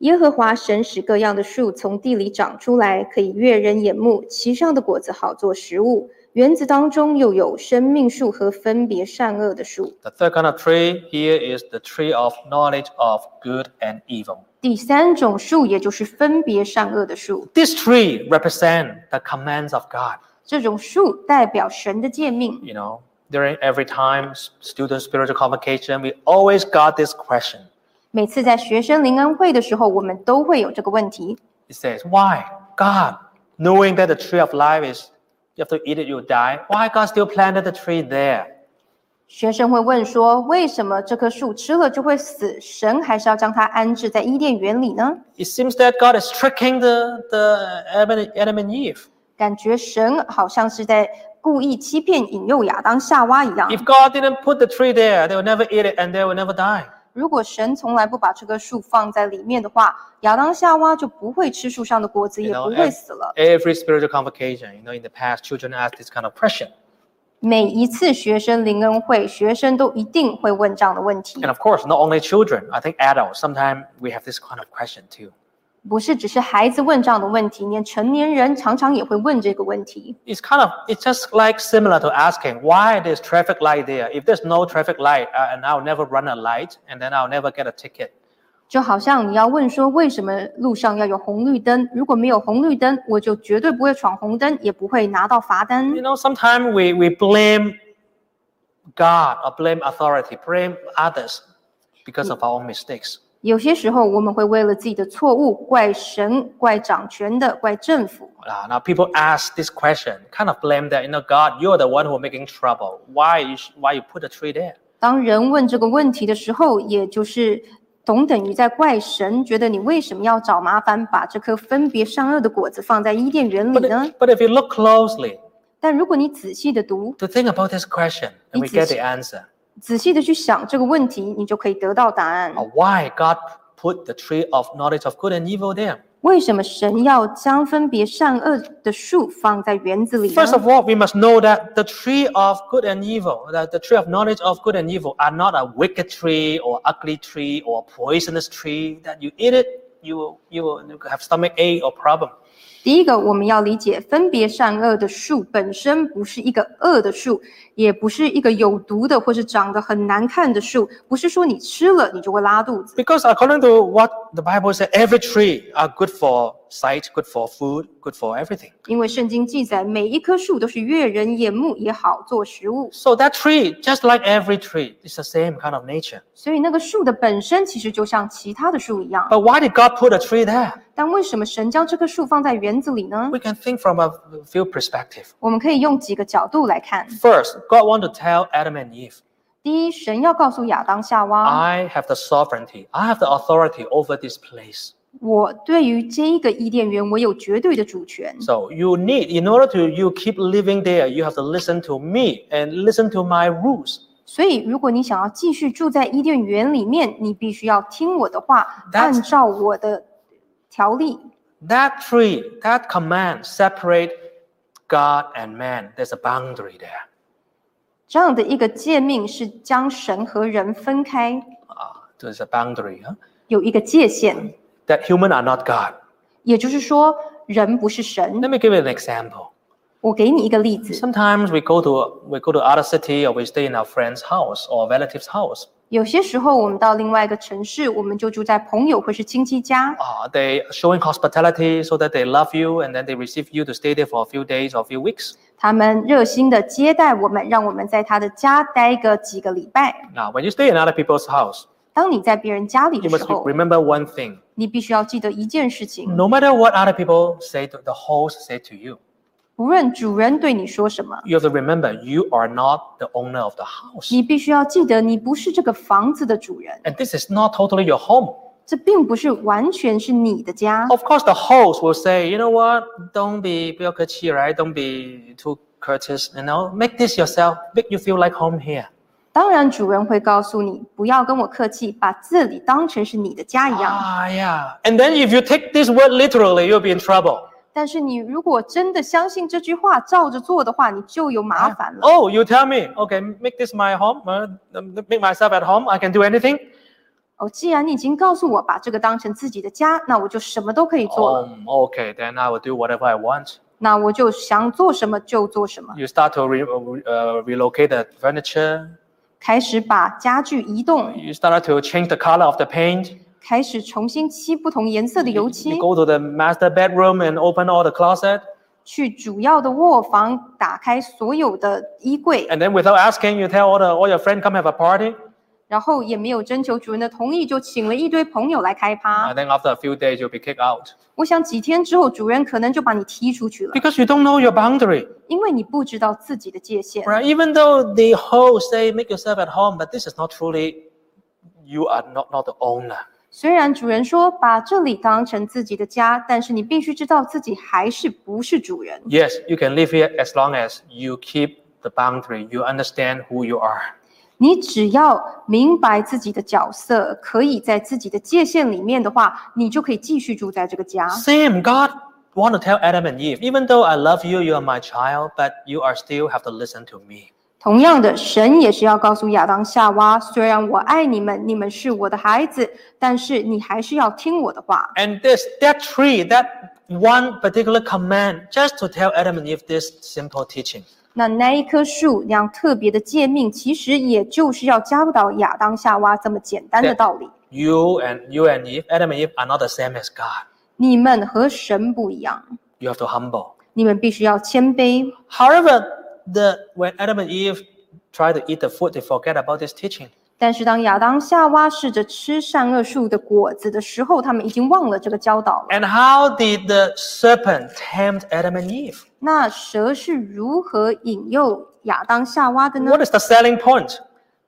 Speaker 2: 耶和华神使各样的树从地里长出来，可以悦人眼目，其上的果子好做食物。园子当中又有生命树和分别善恶的树。
Speaker 1: The third kind of tree here is the tree of knowledge of good and evil.
Speaker 2: 第三种树，也就是分别善恶的树。
Speaker 1: This tree represents the commands of God.
Speaker 2: 这种树代表神的诫命。
Speaker 1: You know, during every time s- student spiritual convocation, we always got this question.
Speaker 2: 每次在学生灵恩会的时候，我们都会有这个问题。
Speaker 1: It says, Why, God, knowing that the tree of life is you have to eat it, you die, why God still planted the tree there?
Speaker 2: 学生会问说：“为什么这棵树吃了就会死？神还是要将它安置在伊甸园里呢？”
Speaker 1: It seems that God is tricking the, the Adam, and- Adam and Eve.
Speaker 2: 感觉神好像是在故意欺骗、引诱亚当、夏娃一样。
Speaker 1: If God didn't put the tree there, they will never eat it and they will never die.
Speaker 2: 如果神从来不把这棵树放在里面的话，亚当、夏娃就不会吃树上的果子，也
Speaker 1: You know,
Speaker 2: 不会
Speaker 1: ev-
Speaker 2: 死了。
Speaker 1: every spiritual convocation, you know, in the past, children ask this kind of question.
Speaker 2: 每一次学生灵恩会，学生都一定会问这样的问题
Speaker 1: And，of course, not only children, I think adults, sometimes we have this kind of question too.
Speaker 2: 不是只是孩子问这样的问题，连成年人常常也会问这个问题。
Speaker 1: It's kind of, it's just like similar to asking why there's traffic light there. If there's no traffic light, uh, and I'll never run a light, and then I'll never get a ticket.
Speaker 2: 就好像你要问说，为什么路上要有红绿灯？如果没有红绿灯，我就绝对不会闯红灯，也不会拿到罚单
Speaker 1: You。know, sometimes we, we blame God or blame authority, blame others because of our own mistakes.
Speaker 2: 有些时候，我们会为了自己的错误怪神、怪掌权的、怪政府。
Speaker 1: Uh, now people ask this question, kind of blame that you know God, you're the one who making trouble. Why you sh- why you put the tree there?
Speaker 2: 当人问这个问题的时候，也就是同等于在怪神，觉得你为什么要找麻烦，把这颗分别善恶的果子放在伊甸园里
Speaker 1: But,
Speaker 2: 呢
Speaker 1: i-？but if you look closely
Speaker 2: 但如果你仔细的读，
Speaker 1: to think about this question, and we
Speaker 2: It
Speaker 1: get
Speaker 2: is-
Speaker 1: the answer.
Speaker 2: 仔细的去想这个问题，你就可以得到答案
Speaker 1: Uh,。why God put the tree of knowledge of good and evil there?
Speaker 2: 为什么神要将分别善恶的树放在园子里呢
Speaker 1: First of all, we must know that the tree of good and evil, that the tree of knowledge of good and evil, are not a wicked tree or ugly tree or poisonous tree. That you eat it, you will you will have stomach ache or problem.
Speaker 2: 第一个，我们要理解分别善恶的树本身不是一个恶的树，也不是一个有毒的或是长得很难看的树，不是说你吃了你就会拉肚子。
Speaker 1: Because according to what the Bible says, every tree are good for sight, good for food, good for everything.
Speaker 2: 因为圣经记载，每一棵树都是悦人眼目，也好做食物。
Speaker 1: So that tree, just like every tree, is the same kind of nature.
Speaker 2: 所以那个树的本身其实就像其他的树一样。
Speaker 1: But why did God put a tree there?
Speaker 2: 但为什么神将这棵树放在园子里呢？
Speaker 1: We can think from a few perspectives.
Speaker 2: 我们可以用几个角度来看。
Speaker 1: First, God wanted to tell Adam and Eve,
Speaker 2: 第一，神要告诉亚当夏娃，
Speaker 1: I have the sovereignty, I have the authority over this place.
Speaker 2: 我对于这一个伊甸园，我有绝对的主权。
Speaker 1: So you need, in order to you keep living there, you have to listen to me and listen to my rules.
Speaker 2: 所以，如果你想要继续住在伊甸园里面，你必须要听我的话，
Speaker 1: That's-
Speaker 2: 按照我的条例。
Speaker 1: That tree, that command separate God and man. There's a boundary there.
Speaker 2: 这样的一个诫命是将神和人分开，
Speaker 1: Uh, there's a boundary huh?
Speaker 2: 有一个界限。
Speaker 1: that human are not God.
Speaker 2: 也就是说，人不是神。
Speaker 1: Let me give you an example.
Speaker 2: 我给你一个例子，
Speaker 1: Sometimes we go to we go to other city or we stay in our friend's house or relative's house.
Speaker 2: 有些时候我们到另外一个城市，我们就住在朋友或是亲戚家，
Speaker 1: Uh, they showing hospitality so that they love you and then they receive you to stay there for a few days or a few weeks.
Speaker 2: 他们热心的接待我们，让我们在他的家待个几个礼拜。
Speaker 1: Now, when you stay in other people's house,
Speaker 2: 当你在别人家里
Speaker 1: you
Speaker 2: 的时
Speaker 1: must
Speaker 2: 候，
Speaker 1: remember one thing.
Speaker 2: 你必须要记得一件事情：
Speaker 1: No matter what other people say, to, the host say to you,
Speaker 2: 无论主人对你说什么，
Speaker 1: you have to remember you are not the owner of the house.
Speaker 2: 你必须要记得你不是这个房子的主人，
Speaker 1: And this is not totally your home.
Speaker 2: 这并不是完全是你的家。
Speaker 1: Of course, the host will say, you know what? Don't be 不要客气, right? Don't be too courteous. You know, make this yourself. Make you feel like home here.
Speaker 2: 当然，主人会告诉你不要跟我客气，把这里当成是你的家一样。
Speaker 1: Ah, yeah. And then if you take this word literally, you'll be in trouble.
Speaker 2: 但是你如果真的相信这句话，照着做的话，你就有麻烦了。
Speaker 1: Oh, you tell me. Okay, make this my home. uh, make myself at home. I can do anything.
Speaker 2: 哦，既然你已经告诉我把这个当成自己的家，那我就什么都可以做了。
Speaker 1: Um, okay, then I will do whatever I want.
Speaker 2: 那我就想做什么就做什么，
Speaker 1: You start to re- uh, relocate the furniture.
Speaker 2: 开始把家具移动，
Speaker 1: You start to change the color of the paint.
Speaker 2: 开始重新漆不同颜色的油
Speaker 1: You
Speaker 2: 漆。
Speaker 1: go to the master bedroom and open all the closet.
Speaker 2: 去主要的卧房，打开所有的衣柜，
Speaker 1: And then without asking, you tell all, the, all your friends come have a party.
Speaker 2: 然后也没有征求主人的同意，就请了一堆朋友来开趴。
Speaker 1: And then after a few days, you'll be kicked out
Speaker 2: 我想几天之后，主人可能就把你踢出去了，
Speaker 1: because you don't know your boundary.
Speaker 2: 因为你不知道自己的界限。
Speaker 1: Right? Even though the host say make yourself at home, but this is not truly. You are not not the owner.
Speaker 2: 虽然主人说把这里当成自己的家，但是你必须知道自己还是不是主人。
Speaker 1: Yes, you can live here as long as you keep the boundary. You understand who you are.
Speaker 2: 你只要明白自己的角色，可以在自己的界限里面的话，你就可以继续住在这个家。
Speaker 1: Same God want to tell Adam and Eve, even though I love you, you are my child, but you are still have to listen to me.
Speaker 2: 同样的，神也是要告诉亚当夏娃，虽然我爱你们，你们是我的孩子，但是你还是要听我的话。
Speaker 1: And this that tree, that one particular command, just to tell Adam and Eve this simple teaching.
Speaker 2: 那那一棵树那样特别的诫命，其实也就是要教导亚当夏娃这么简单的道理：
Speaker 1: You and you and Eve, Adam and Eve are not the same as God.
Speaker 2: 你们和神不一样，
Speaker 1: You have to humble.
Speaker 2: 你们必须要谦卑。
Speaker 1: However, the when Adam and Eve try to eat the food, they forget about this teaching.
Speaker 2: 但是当亚当夏娃试着吃善恶树的果子的时候，他们已经忘了这个教导了。
Speaker 1: And how did the serpent tempt Adam and Eve?
Speaker 2: 那蛇是如何引诱亚当夏娃的呢？
Speaker 1: What is the selling point?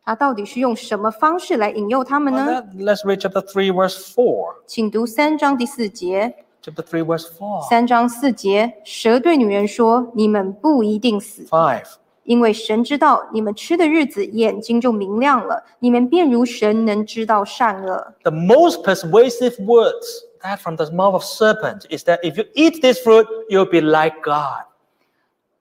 Speaker 2: 他到底是用什么方式来引诱他们
Speaker 1: Well,
Speaker 2: 呢？
Speaker 1: that- let's read chapter 3, verse 4.
Speaker 2: 请读三章第四节。
Speaker 1: Chapter 3, verse 4.
Speaker 2: 三章四节，蛇对女人说：“你们不一定死，
Speaker 1: 5.
Speaker 2: 因为神知道你们吃的日子，眼睛就明亮了，你们便如神能知道善恶。
Speaker 1: The most persuasive words that from the mouth of serpent is that if you eat this fruit, you'll be like God. ”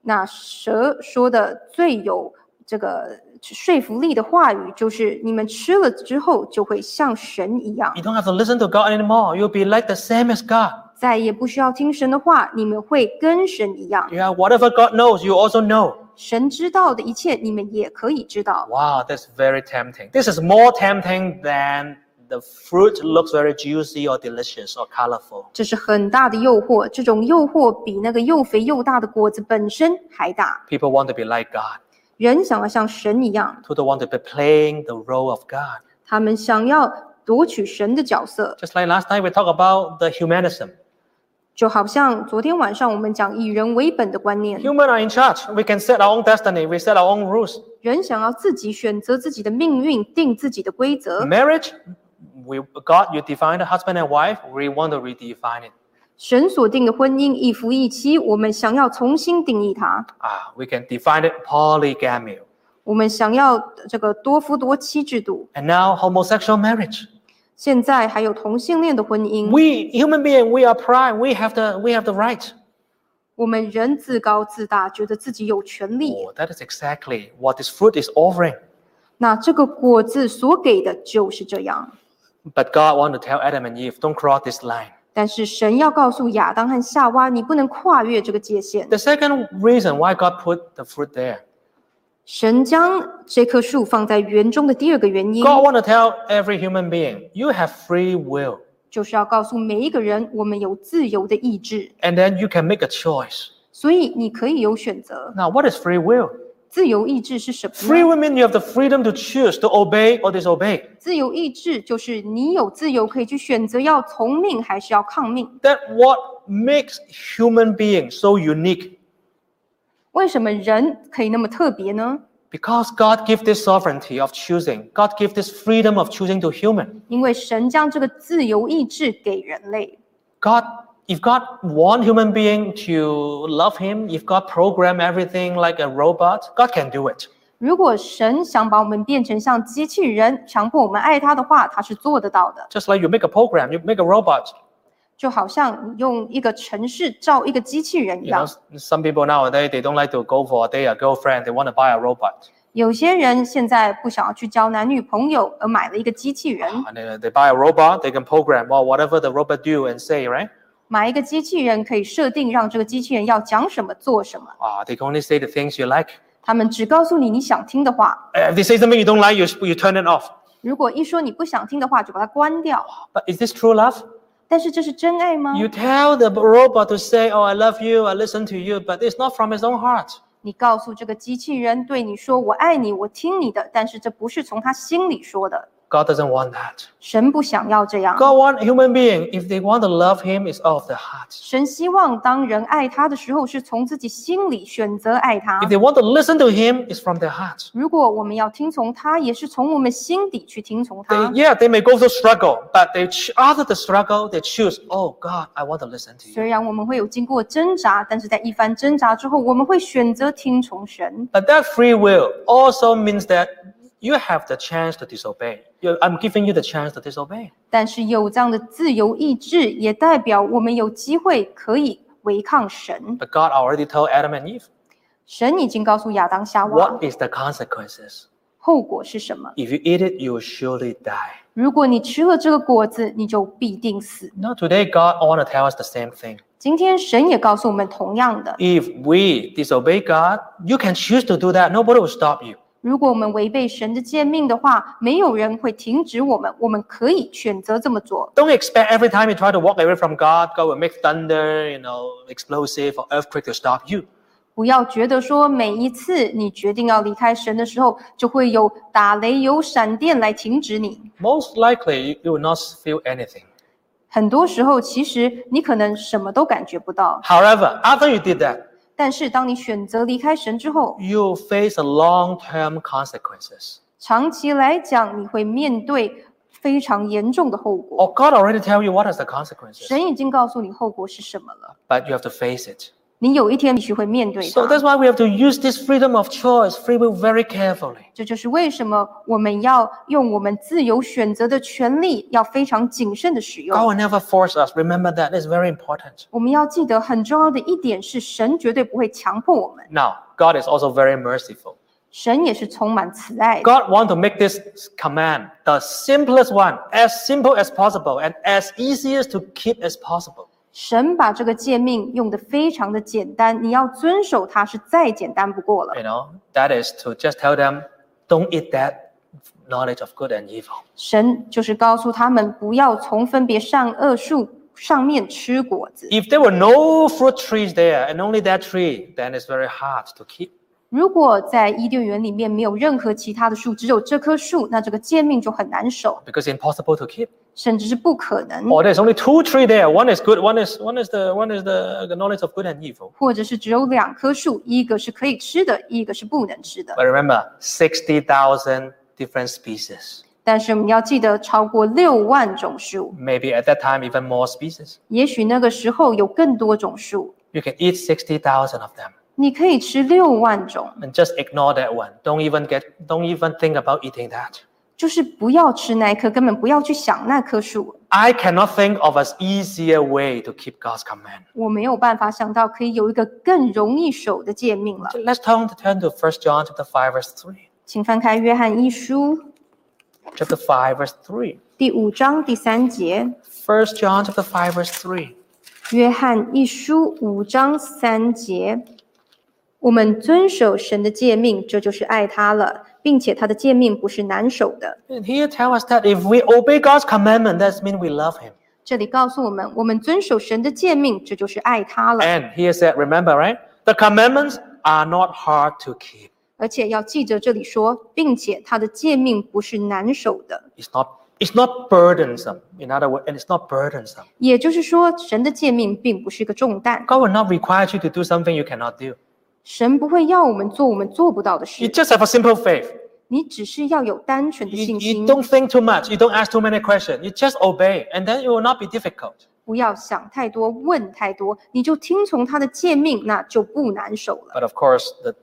Speaker 2: 那蛇说的最有这个说服力的话语，就是你们吃了之后就会像神一样
Speaker 1: You，don't have to listen to God anymore. You'll be like the same as God.
Speaker 2: 再也不需要听神的话，你们会跟神一样。
Speaker 1: Yeah, whatever God knows, you also know.
Speaker 2: 神知道的一切，你们也可以知道。
Speaker 1: Wow, that's very tempting. This is more tempting than the fruit looks very juicy or delicious or colorful.
Speaker 2: 这是很大的诱惑，这种诱惑比那个又肥又大的果子本身还大。
Speaker 1: People want to be like God.
Speaker 2: 人想要像神一样，
Speaker 1: People want to be playing the role of God.
Speaker 2: 他们想要夺取神的角色，
Speaker 1: Just like last night, we talked about the humanism.
Speaker 2: 就好像昨天晚上我们讲以人为本的观念，
Speaker 1: Human are in charge. We can set our own destiny. We set our own rules.
Speaker 2: 人想要自己选择自己的命运，定自己的规则。
Speaker 1: Marriage, we, God, you define the husband and wife. We want to redefine it.
Speaker 2: 神所定的婚姻一夫一妻，我们想要重新定义它，
Speaker 1: Ah, we can define it polygamy.
Speaker 2: 我们想要这个多夫多妻制度。
Speaker 1: And now homosexual marriage.
Speaker 2: 现在还有同性恋的婚姻，
Speaker 1: We human being, we are prime. We have the we have the right.
Speaker 2: 我们人自高自大，觉得自己有权利。
Speaker 1: Oh, that is exactly what this fruit is offering.
Speaker 2: 那这个果子所给的就是这样。
Speaker 1: But God want to tell Adam and Eve, don't cross this line.
Speaker 2: 但是神要告诉亚当和夏娃，你不能跨越这个界限。
Speaker 1: The second reason why God put the fruit there,
Speaker 2: 神将这棵树放在园中的第二个原因，
Speaker 1: God want to tell every human being, you have free will,
Speaker 2: 就是要告诉每一个人，我们有自由的意志，
Speaker 1: and then you can make a choice.
Speaker 2: 所以你可以有选择。
Speaker 1: Now, what is free will?
Speaker 2: 自由意志是什么
Speaker 1: Free
Speaker 2: 呢？
Speaker 1: will means you have the freedom to choose to obey or disobey.
Speaker 2: 自由意志就是你有自由可以去选择要从命还是要抗命。
Speaker 1: That what makes human being so unique.
Speaker 2: 为什么人可以那么特别呢？
Speaker 1: Because God give this sovereignty of choosing, God give this freedom of choosing to human.
Speaker 2: 因为神将这个自由意志给人类。
Speaker 1: God, if God want human being to love Him, if God program everything like a robot, God can do it.
Speaker 2: 如果神想把我们变成像机器人，强迫我们爱他的话，他是做得到的。
Speaker 1: Just like you make a program, you make a robot.
Speaker 2: 就好像你用一个城市造一个机器人一
Speaker 1: You know,
Speaker 2: 样。
Speaker 1: some people nowadays they don't like to go for a date, a girlfriend. They want to buy a robot,
Speaker 2: 有些人现在不想要去交男女朋友，而买了一个机器人。
Speaker 1: and uh, they, they buy a robot. They can program or whatever the robot do and say, right?
Speaker 2: 买一个机器人可以设定让这个机器人要讲什么、做什么。
Speaker 1: Ah, they can only say the things you like.
Speaker 2: 他们只告诉你你想听的话，
Speaker 1: Uh, If they say something you don't like, you, you turn it off.
Speaker 2: 如果一说你不想听的话，就把它关掉。
Speaker 1: But is this true love?
Speaker 2: 但是这是真爱吗？
Speaker 1: You tell the robot to say, Oh, I love you, I listen to you, but it's not from his own heart.
Speaker 2: 你告诉这个机器人对你说“我爱你，我听你的”，但是这不是从他心里说的。
Speaker 1: God doesn't want that.
Speaker 2: 神不想要这样，
Speaker 1: God want human being, if they want to love him, it's out of the heart.
Speaker 2: 神希望当人爱他的时候，是从自己心里选择爱他
Speaker 1: If。they want to listen to him, it's from their heart.
Speaker 2: 如果我们要听从他，也是从我们心底去听从
Speaker 1: They,
Speaker 2: 他。
Speaker 1: yeah, they may go through struggle, but they ch- after the struggle, they choose, oh God, I want to listen to you.
Speaker 2: 虽然我们会有经过挣扎，但是在一番挣扎之后，我们会选择听从神。
Speaker 1: But that free will also means that you have the chance to disobey. You- I'm giving you the chance to disobey.
Speaker 2: 但是有这样的自由意志，也代表我们有机会可以违抗神。
Speaker 1: But God already told Adam and Eve
Speaker 2: 神已经告诉亚当夏娃
Speaker 1: what is the consequences.
Speaker 2: 后果是什么。
Speaker 1: If you eat it, you will surely die.
Speaker 2: 如果你吃了这个果子，你就必定死。
Speaker 1: Now today, God want to tell us the same thing.
Speaker 2: 今天神也告诉我们同样的：
Speaker 1: If we disobey God, you can choose to do that. Nobody will stop you.
Speaker 2: 如果我们违背神的诫命的话，没有人会停止我们，我们可以选择这么做。
Speaker 1: Don't expect every time you try to walk away from God, God will make thunder, you know, explosive or earthquake to stop you.
Speaker 2: 不要觉得说每一次你决定要离开神的时候，就会有打雷、有闪电来停止你。
Speaker 1: Most likely, you, you will not feel anything.
Speaker 2: 很多时候，其实你可能什么都感觉不到，
Speaker 1: However, after you did that,
Speaker 2: 但是当你选择离开神之后，
Speaker 1: you face the long-term consequences.
Speaker 2: 长期来讲，你会面对非常严重的后果。
Speaker 1: Or God already tell you what is the consequences,
Speaker 2: 神已经告诉你后果是什么了，
Speaker 1: but you have to face it.
Speaker 2: 你有一天必须会面对
Speaker 1: So
Speaker 2: 它。
Speaker 1: that's why we have to use this freedom of choice, free will, very carefully.
Speaker 2: 这就是为什么我们要用我们自由选择的权利，要非常谨慎的使
Speaker 1: God
Speaker 2: 用。
Speaker 1: will never force us. Remember that. It's very important.
Speaker 2: 我们要记得很重要的一点是，神绝对不会强迫我们。
Speaker 1: Now, God is also very merciful.
Speaker 2: 神也是充满慈爱的。
Speaker 1: God want to make this command the simplest one, as simple as possible, and as easiest to keep as possible.
Speaker 2: 神把这个诫命用得非常的简单，你要遵守它是再简单不过了。
Speaker 1: You know, that is to just tell them, don't eat that knowledge of good and evil.
Speaker 2: 神就是告诉他们不要从分别善恶树上面吃果子。
Speaker 1: If there were no fruit trees there and only that tree, then it's very hard to keep.
Speaker 2: 如果在伊甸园里面没有任何其他的树，只有这棵树，那这个诫命就很难守，
Speaker 1: Because it's impossible to keep.
Speaker 2: 甚至是不可能。
Speaker 1: Or there's only two tree there. One is good, one is one is the one is the, the knowledge of good and evil.
Speaker 2: 或者是只有两棵树，一个是可以吃的，一个是不能吃的。
Speaker 1: But remember, sixty thousand different species.
Speaker 2: 但是我们要记得，超过六万种树，
Speaker 1: Maybe at that time even more species.
Speaker 2: 也许那个时候有更多种树，
Speaker 1: You can eat sixty thousand of them.
Speaker 2: 你可以吃六万种，
Speaker 1: and just ignore that one. Don't even get, don't even think about eating that.
Speaker 2: 就是不要吃那一棵，根本不要去想那棵树。
Speaker 1: I cannot think of an easier way to keep God's command.
Speaker 2: 我没有办法想到可以有一个更容易守的诫命了。
Speaker 1: Let's turn to, turn to 1 John chapter 5 verse 3.
Speaker 2: 请翻开《约翰一书》
Speaker 1: Chapter 5 verse 3.
Speaker 2: 第五章第三节，
Speaker 1: 1 John chapter 5 verse 3.
Speaker 2: 《约翰一书》五章三节。我们遵守神的诫命，这就是爱他了，并且他的诫命不是难守的。
Speaker 1: And here tell us that if we obey God's commandment, that means we love him.
Speaker 2: 这里告诉我们，我们遵守神的诫命，这就是爱他了。
Speaker 1: And here said, remember, right? The commandments are not hard to keep.
Speaker 2: 而且要记着，这里说，并且他的诫命不是难守的，
Speaker 1: It's not, it's not burdensome. In other words, and it's not burdensome.
Speaker 2: 也就是说，神的诫命并不是个重担。
Speaker 1: God will not require you to do something you cannot do.
Speaker 2: 神不会要我们做我们做不到的
Speaker 1: You
Speaker 2: 事，
Speaker 1: just have a simple faith.
Speaker 2: 你只是要有单纯的
Speaker 1: You,
Speaker 2: 信
Speaker 1: you
Speaker 2: 心，
Speaker 1: don't think too much. You don't ask too many questions. You just obey, and then it will not be difficult.
Speaker 2: 不要想太多，问太多，你就听从他的诫命，那就不难守了。
Speaker 1: But of course, the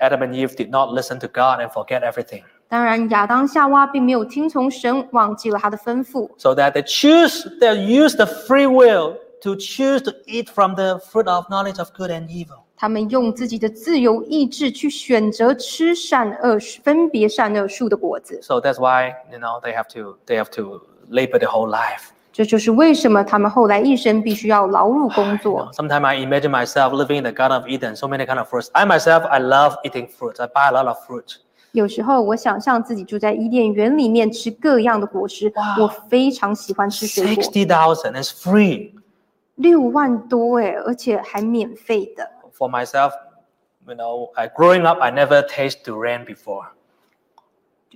Speaker 1: Adam and Eve did not listen to God and forget everything,
Speaker 2: 当然，亚当夏娃并没有听从神，忘记了他的吩咐，
Speaker 1: so that they choose, they use the free will to choose to eat from the fruit of knowledge of good and evil.
Speaker 2: 他们用自己的自由意志去选择吃善恶树分别善恶树的果子。
Speaker 1: So that's why you know they have to they have to labor their whole life.
Speaker 2: 这就是为什么他们后来一生必须要劳碌工
Speaker 1: You know,
Speaker 2: 作。
Speaker 1: sometimes I imagine myself living in the Garden of Eden, so many kind of fruits. I myself, I love eating fruits. I buy a lot of fruit.
Speaker 2: 有时候我想象自己住在伊甸园里面吃各样的果实，
Speaker 1: 哇
Speaker 2: 我非常喜欢吃水果，
Speaker 1: Sixty thousand is free
Speaker 2: 六万多诶，而且还免费的。
Speaker 1: for myself. You know, I, growing up, I never tasted durian before.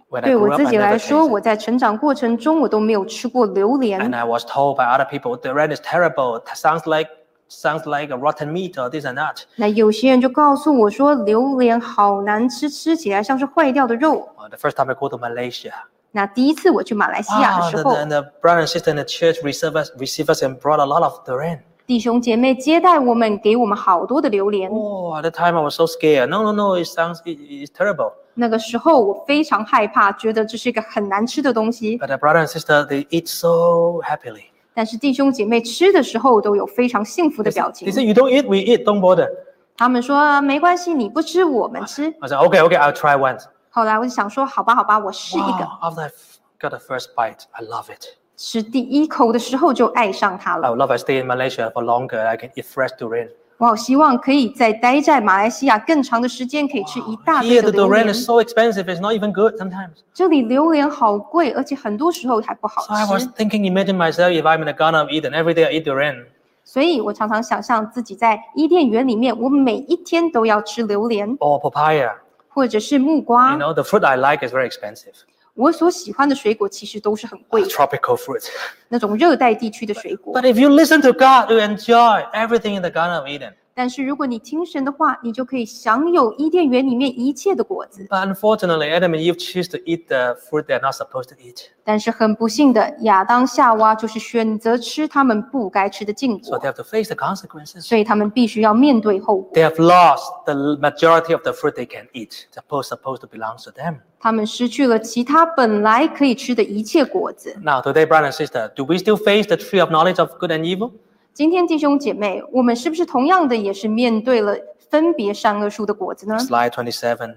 Speaker 1: When
Speaker 2: 对
Speaker 1: I
Speaker 2: 我
Speaker 1: grew up,
Speaker 2: 自
Speaker 1: I
Speaker 2: 己
Speaker 1: never
Speaker 2: 来说，我
Speaker 1: tasted.
Speaker 2: 在成长过程中我都没有吃过榴
Speaker 1: And
Speaker 2: 莲，
Speaker 1: I was told by other people, durian is terrible. It sounds like sounds like a rotten meat or this and that.
Speaker 2: 那有些人就告诉我说榴莲好难吃，吃起来像是坏掉的肉。
Speaker 1: Uh, the first time I go to Malaysia,
Speaker 2: 那第一次我去马来西亚
Speaker 1: wow,
Speaker 2: 的
Speaker 1: the,
Speaker 2: 时候，
Speaker 1: the, the brother and sister in the church received us, received us and brought a lot of durian.
Speaker 2: 弟兄姐妹接待我们，给我们好多的榴莲。
Speaker 1: Oh, at the time I was so scared. No, no, no, it sounds it, it's terrible.
Speaker 2: 那个时候我非常害怕，觉得这是一个很难吃的东西。
Speaker 1: But the brother and sister they eat so happily.
Speaker 2: 但是弟兄姐妹吃的时候都有非常幸福的
Speaker 1: They said,
Speaker 2: 表
Speaker 1: they said,
Speaker 2: 情。
Speaker 1: you don't eat, we eat, don't bother.
Speaker 2: 他们说啊没关系，你不吃我们吃。
Speaker 1: I said, okay, okay, I'll try once.
Speaker 2: 后来我就想说，好吧，好吧，我试一个。
Speaker 1: Wow, after I f- got the first bite, I love it.
Speaker 2: 吃第一口的时候就爱上它
Speaker 1: I
Speaker 2: 了。
Speaker 1: would love I stay in Malaysia for longer. I can eat fresh durian.
Speaker 2: 我好希望可以再待在马来西亚更长的时间，可以吃一大
Speaker 1: Here the
Speaker 2: 堆的榴
Speaker 1: durian
Speaker 2: 莲。
Speaker 1: is so expensive, it's not even good sometimes.
Speaker 2: 这里榴莲好贵，而且很多时候还不好
Speaker 1: So I was
Speaker 2: 吃。
Speaker 1: thinking, imagine myself if I'm in a Ghana, I'm eating every day I eat durian.
Speaker 2: 所以我常常想象自己在伊甸园里面，我每一天都要吃榴莲
Speaker 1: Or papaya.
Speaker 2: 或者是木瓜
Speaker 1: You。know, the fruit I like is very expensive.
Speaker 2: 我所喜欢的水果其实都是很贵
Speaker 1: Uh,
Speaker 2: 的，
Speaker 1: tropical fruit.
Speaker 2: 那种热带地区的水果。
Speaker 1: But if you listen to God, you enjoy everything in the Garden of Eden.
Speaker 2: 但是如果你听神的话，你就可以享有伊甸园里面一切的果子。
Speaker 1: But unfortunately, Adam and Eve choose to eat the fruit they're not supposed to eat.
Speaker 2: 但是很不幸的，亚当夏娃就是选择吃他们不该吃的禁
Speaker 1: So
Speaker 2: 果
Speaker 1: they，have to face the consequences.
Speaker 2: 所以他们必须要面对后果。
Speaker 1: They have lost the majority of the fruit they can eat, supposed, supposed to belong to them.
Speaker 2: 他们失去了其他本来可以吃的一切果子。
Speaker 1: Now, today, brother and sister, do we still face the tree of knowledge of good and evil?
Speaker 2: 今天弟兄姐妹，我们是不是同样的也是面对了分别善恶树的果子呢？
Speaker 1: Slide 27.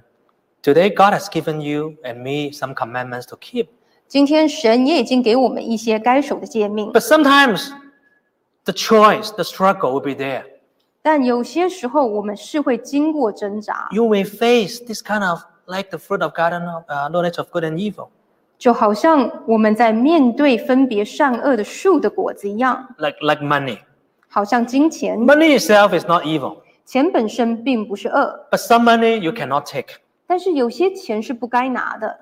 Speaker 1: Today, God has given you and me some commandments to keep.
Speaker 2: 今天神也已经给我们一些该守的诫命，
Speaker 1: But sometimes the choice, the struggle will be there.
Speaker 2: 但有些时候我们是会经过挣扎，
Speaker 1: You may face this kind of like the fruit of garden of uh, knowledge of good and evil.
Speaker 2: 就好像我们在面对分别善恶的树的果子一样，
Speaker 1: like like money.
Speaker 2: 好像金钱，
Speaker 1: Money itself is not evil,
Speaker 2: 钱本身并不是恶，
Speaker 1: but some money you cannot take.
Speaker 2: 但是有些钱是不该拿的，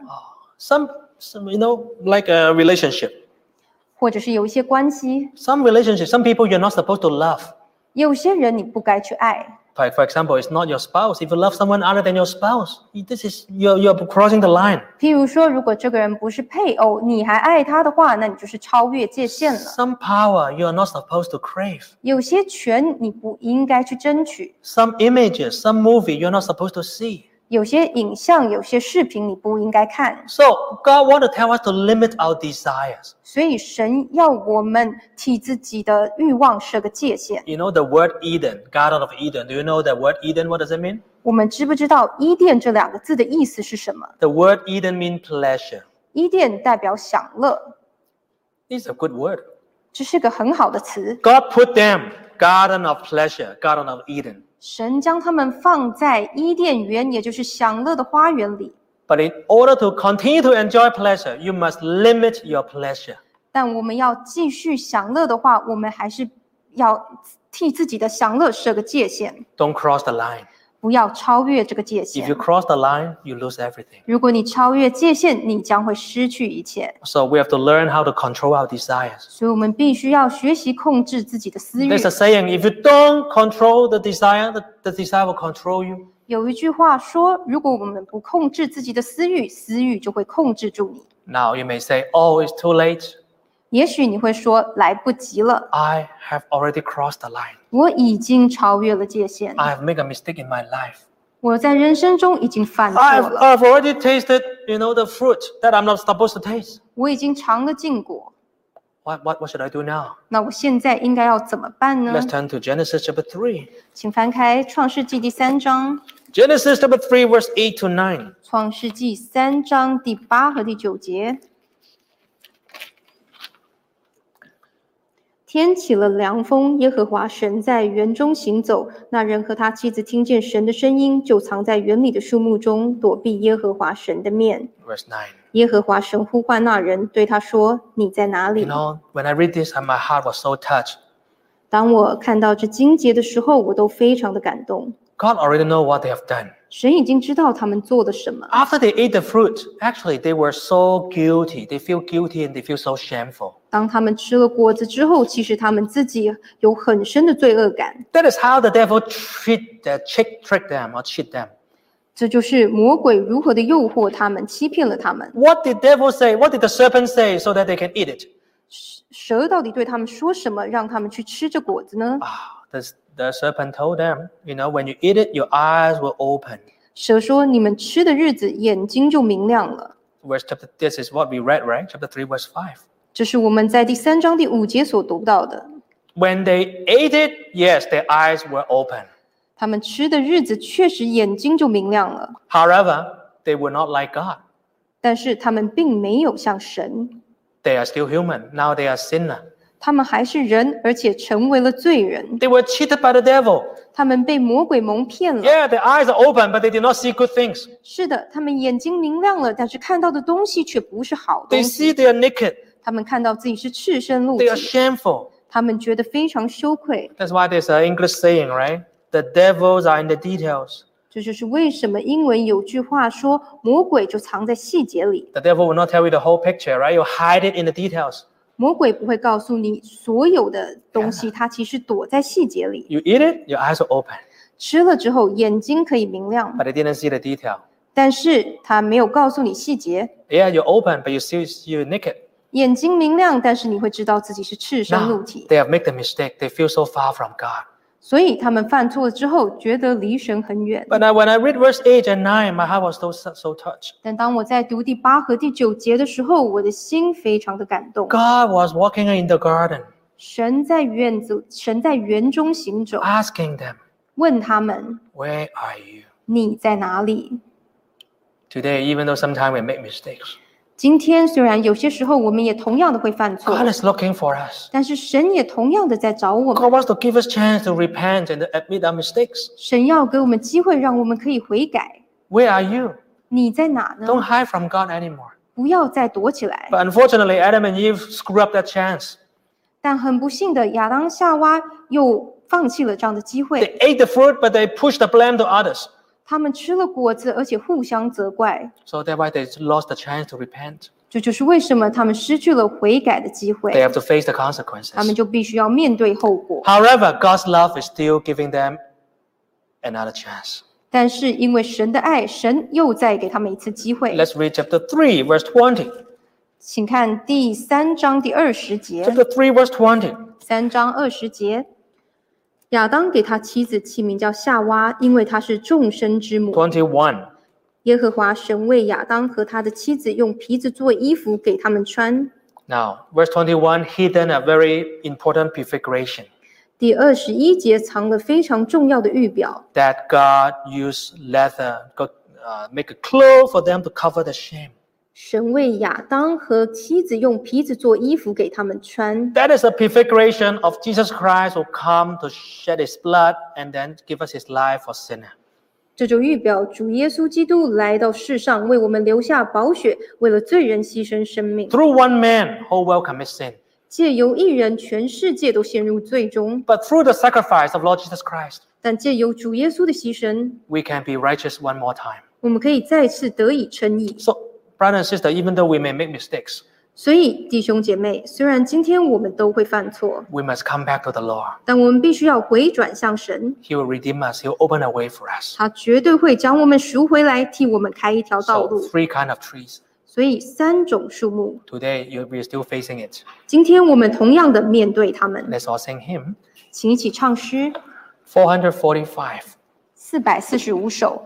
Speaker 1: Some, some you know, like a relationship.
Speaker 2: 或者是有一些关系，
Speaker 1: Some relationship, some people you're not supposed to love.
Speaker 2: 有些人你不该去爱。
Speaker 1: Like for example, it's not your spouse. If you love someone other than your spouse, this is you're you're crossing the line.
Speaker 2: 譬如说，如果这个人不是配偶，你还爱他的话，那你就是超越界限了。
Speaker 1: Some power you are not supposed to crave.
Speaker 2: 有些权你不应该去争取，
Speaker 1: Some images, some movie you're not supposed to see.
Speaker 2: 有些影像、有些视频你不应该看。
Speaker 1: So God want to tell us to limit our desires.
Speaker 2: 所以神要我们替自己的欲望设个界限。
Speaker 1: You know the word Eden, Garden of Eden. Do you know the word Eden? What does it mean?
Speaker 2: 我们知不知道“伊甸”这两个字的意思是什么？
Speaker 1: The word Eden means pleasure.
Speaker 2: 伊甸代表享乐，
Speaker 1: It's a good word.
Speaker 2: 这是个很好的词。
Speaker 1: God put them Garden of Pleasure, Garden of Eden.
Speaker 2: 神将他们放在伊甸园，也就是享乐的花园里。
Speaker 1: But in order to continue to enjoy pleasure, you must limit your pleasure.
Speaker 2: 但我们要继续享乐的话，我们还是要替自己的享乐设个界限，
Speaker 1: Don't cross the line.
Speaker 2: 不要超越这个界
Speaker 1: If you
Speaker 2: 限。
Speaker 1: cross the line, you lose everything.
Speaker 2: 如果你超越界限，你将会失去一切。
Speaker 1: So we have to learn how to control our desires.
Speaker 2: 所以，我们必须要学习控制自己的私欲
Speaker 1: There's。a saying, if you don't control the desire, the, the desire will control you.
Speaker 2: 有一句话说，如果我们不控制自己的私欲，私欲就会控制住你。
Speaker 1: Now you may say, oh, it's too late.
Speaker 2: 也许你会说来不及了，
Speaker 1: I have already crossed the line.
Speaker 2: 我已经超越了界限，
Speaker 1: I have made a mistake in my life.
Speaker 2: 我在人生中已经犯错
Speaker 1: I've,
Speaker 2: 了，
Speaker 1: I've already tasted, you know, the fruit that I'm not supposed to taste.
Speaker 2: 我已经尝了禁果，
Speaker 1: What, what, what should I do now?
Speaker 2: 那我现在应该要怎么办呢
Speaker 1: Let's？turn to Genesis chapter 3.
Speaker 2: 请翻开《创世纪》第三章，《
Speaker 1: Genesis chapter 3, verse 8 to 9.
Speaker 2: 创世纪》三章第八和第九节。天起了凉风，耶和华神在园中行走。那人和他妻子听见神的声音，就藏在园里的树木中，躲避耶和华神的面。
Speaker 1: Verse 9.
Speaker 2: 耶和华神呼唤那人，对他说：“你在哪
Speaker 1: You
Speaker 2: 里
Speaker 1: know, when I read this, my heart was so touched.？”
Speaker 2: 当我看到这经节的时候，我都非常的感动。
Speaker 1: God already know what they have done.
Speaker 2: 神已经知道他们做了什么。
Speaker 1: After they ate the fruit, actually they were so guilty. They feel guilty and they feel so shameful.
Speaker 2: 当他们吃了果子之后，其实他们自己有很深的罪恶感。
Speaker 1: That is how the devil treat, uh, trick, trick them or cheat them.
Speaker 2: 这就是魔鬼如何的诱惑他们，欺骗了他们。
Speaker 1: What did devil say? What did the serpent say so that they can eat it?
Speaker 2: 蛇到底对他们说什么，让他们去吃这果子呢？
Speaker 1: Ah, the, the serpent told them, you know, when you eat it, your eyes will open.
Speaker 2: 蛇说：“你们吃的日子，眼睛就明亮了。
Speaker 1: Verse chapter, this is what we read, right? Chapter 3, verse 5. ”
Speaker 2: 这是我们在第三章第五节所读到的。
Speaker 1: When they ate it, yes, their eyes were open.
Speaker 2: 他们吃的日子确实眼睛就明亮了，
Speaker 1: However, they were not like God.
Speaker 2: 但是他们并没有像神，
Speaker 1: They are still human. Now they are sinner.
Speaker 2: 他们还是人，而且成为了罪人。
Speaker 1: They were cheated by the devil.
Speaker 2: 他们被魔鬼蒙骗了。
Speaker 1: Yeah, their eyes are open, but they did not see good things.
Speaker 2: 是的，他们眼睛明亮了，但是看到的东西却不是好
Speaker 1: They
Speaker 2: 东西。
Speaker 1: see they are naked.
Speaker 2: 他们看到自己是赤身露体
Speaker 1: They，are shameful.
Speaker 2: 他们觉得非常羞愧。
Speaker 1: That's why there's an English saying, right? The devils are in the details.
Speaker 2: 这就是为什么英文有句话说“魔鬼就藏在细节里
Speaker 1: The devil will not tell you the whole picture, right? You'll hide it in the details. ”，
Speaker 2: 魔鬼不会告诉你所有的东西，它其实躲在细节里。
Speaker 1: You eat it, your eyes will open,
Speaker 2: 吃了之后，眼睛可以明亮，
Speaker 1: but they didn't see the detail.
Speaker 2: 但是它没有告诉你细节。
Speaker 1: Yeah, you're open, but you still you're naked.
Speaker 2: 眼睛明亮，但是你会知道自己是赤身露
Speaker 1: Now,
Speaker 2: 体。
Speaker 1: they have made the mistake. They feel so far from God.
Speaker 2: 所以他们犯错之后，觉得离神很远。
Speaker 1: But I, when I read verse 8 and 9, my heart was so, so touched.
Speaker 2: 但当我在读第八和第九节的时候，我的心非常的感动。
Speaker 1: God was walking in the garden,
Speaker 2: 神在院子，神在园中行走，
Speaker 1: asking them,
Speaker 2: 问他们
Speaker 1: Where are you?
Speaker 2: 你在哪里？
Speaker 1: Today, even though sometimes we make mistakes,
Speaker 2: 今天虽然有些时候我们也同样的会犯错，
Speaker 1: God is looking for us.
Speaker 2: 但是神也同样的在找我们。
Speaker 1: God wants to give us chance to repent and to admit our mistakes.
Speaker 2: 神要给我们机会，让我们可以悔改。
Speaker 1: Where are you?
Speaker 2: 你在哪呢？
Speaker 1: Don't hide from God anymore.
Speaker 2: 不要再躲起来。
Speaker 1: But unfortunately, Adam and Eve screw up that chance.
Speaker 2: 但很不幸的，亚当夏娃又放弃了这样的机
Speaker 1: They
Speaker 2: 会。
Speaker 1: ate the fruit, but they pushed the blame to others.
Speaker 2: 他们吃了果子，而且互相责怪。
Speaker 1: So that's why they lost the chance to repent.
Speaker 2: 这就是为什么他们失去了悔改的机会
Speaker 1: They，have to face the
Speaker 2: 他们
Speaker 1: consequences.
Speaker 2: 就必须要面对后果。
Speaker 1: However, God's love is still giving them another chance.
Speaker 2: 但是因为神的爱，神又再给他们一次机会。
Speaker 1: Let's read chapter 3, verse 20.
Speaker 2: 请看第三章第二十节，
Speaker 1: Chapter 3, verse 20.
Speaker 2: 三章二十节，亚当给他妻子起名叫夏娃，因为她是众生之母。
Speaker 1: 21.
Speaker 2: 耶和华神为亚当和他的妻子用皮子做衣服给他们穿。
Speaker 1: Now, verse 21 hidden a very important prefiguration
Speaker 2: 第二十一节藏了非常重要的预表，
Speaker 1: that God used leather, go- uh, make a cloth for them to cover the shame.
Speaker 2: 神为亚当和妻子用皮子做衣服给他们穿。
Speaker 1: That is a prefiguration of Jesus Christ who come to shed his blood and then give us his life for sinner.
Speaker 2: 这就预表主耶稣基督来到世上，为我们留下宝血，为了罪人牺牲生命。
Speaker 1: Through one man, whole world commits sin.
Speaker 2: 借由一人，全世界都陷入最终；
Speaker 1: But through the sacrifice of Lord Jesus Christ,
Speaker 2: 但借由主耶稣的牺牲，
Speaker 1: we can be righteous one more time.
Speaker 2: 我们可以再次得以称义。
Speaker 1: So, brother and sister, even though we may make mistakes,
Speaker 2: 所以，弟兄姐妹，虽然今天我们都会犯错，
Speaker 1: we must come back to the Lord.
Speaker 2: 但我们必须要回转向神，
Speaker 1: He will redeem us. He will open a way for us.
Speaker 2: 他绝对会将我们赎回来，替我们开一条道
Speaker 1: So
Speaker 2: 路。
Speaker 1: three kind of trees.
Speaker 2: 所以，三种树木，
Speaker 1: Today you we're still facing it.
Speaker 2: 今天我们同样的面对他们。
Speaker 1: Let's all sing hymn
Speaker 2: 请一起唱诗
Speaker 1: 445.
Speaker 2: 四百四十五首。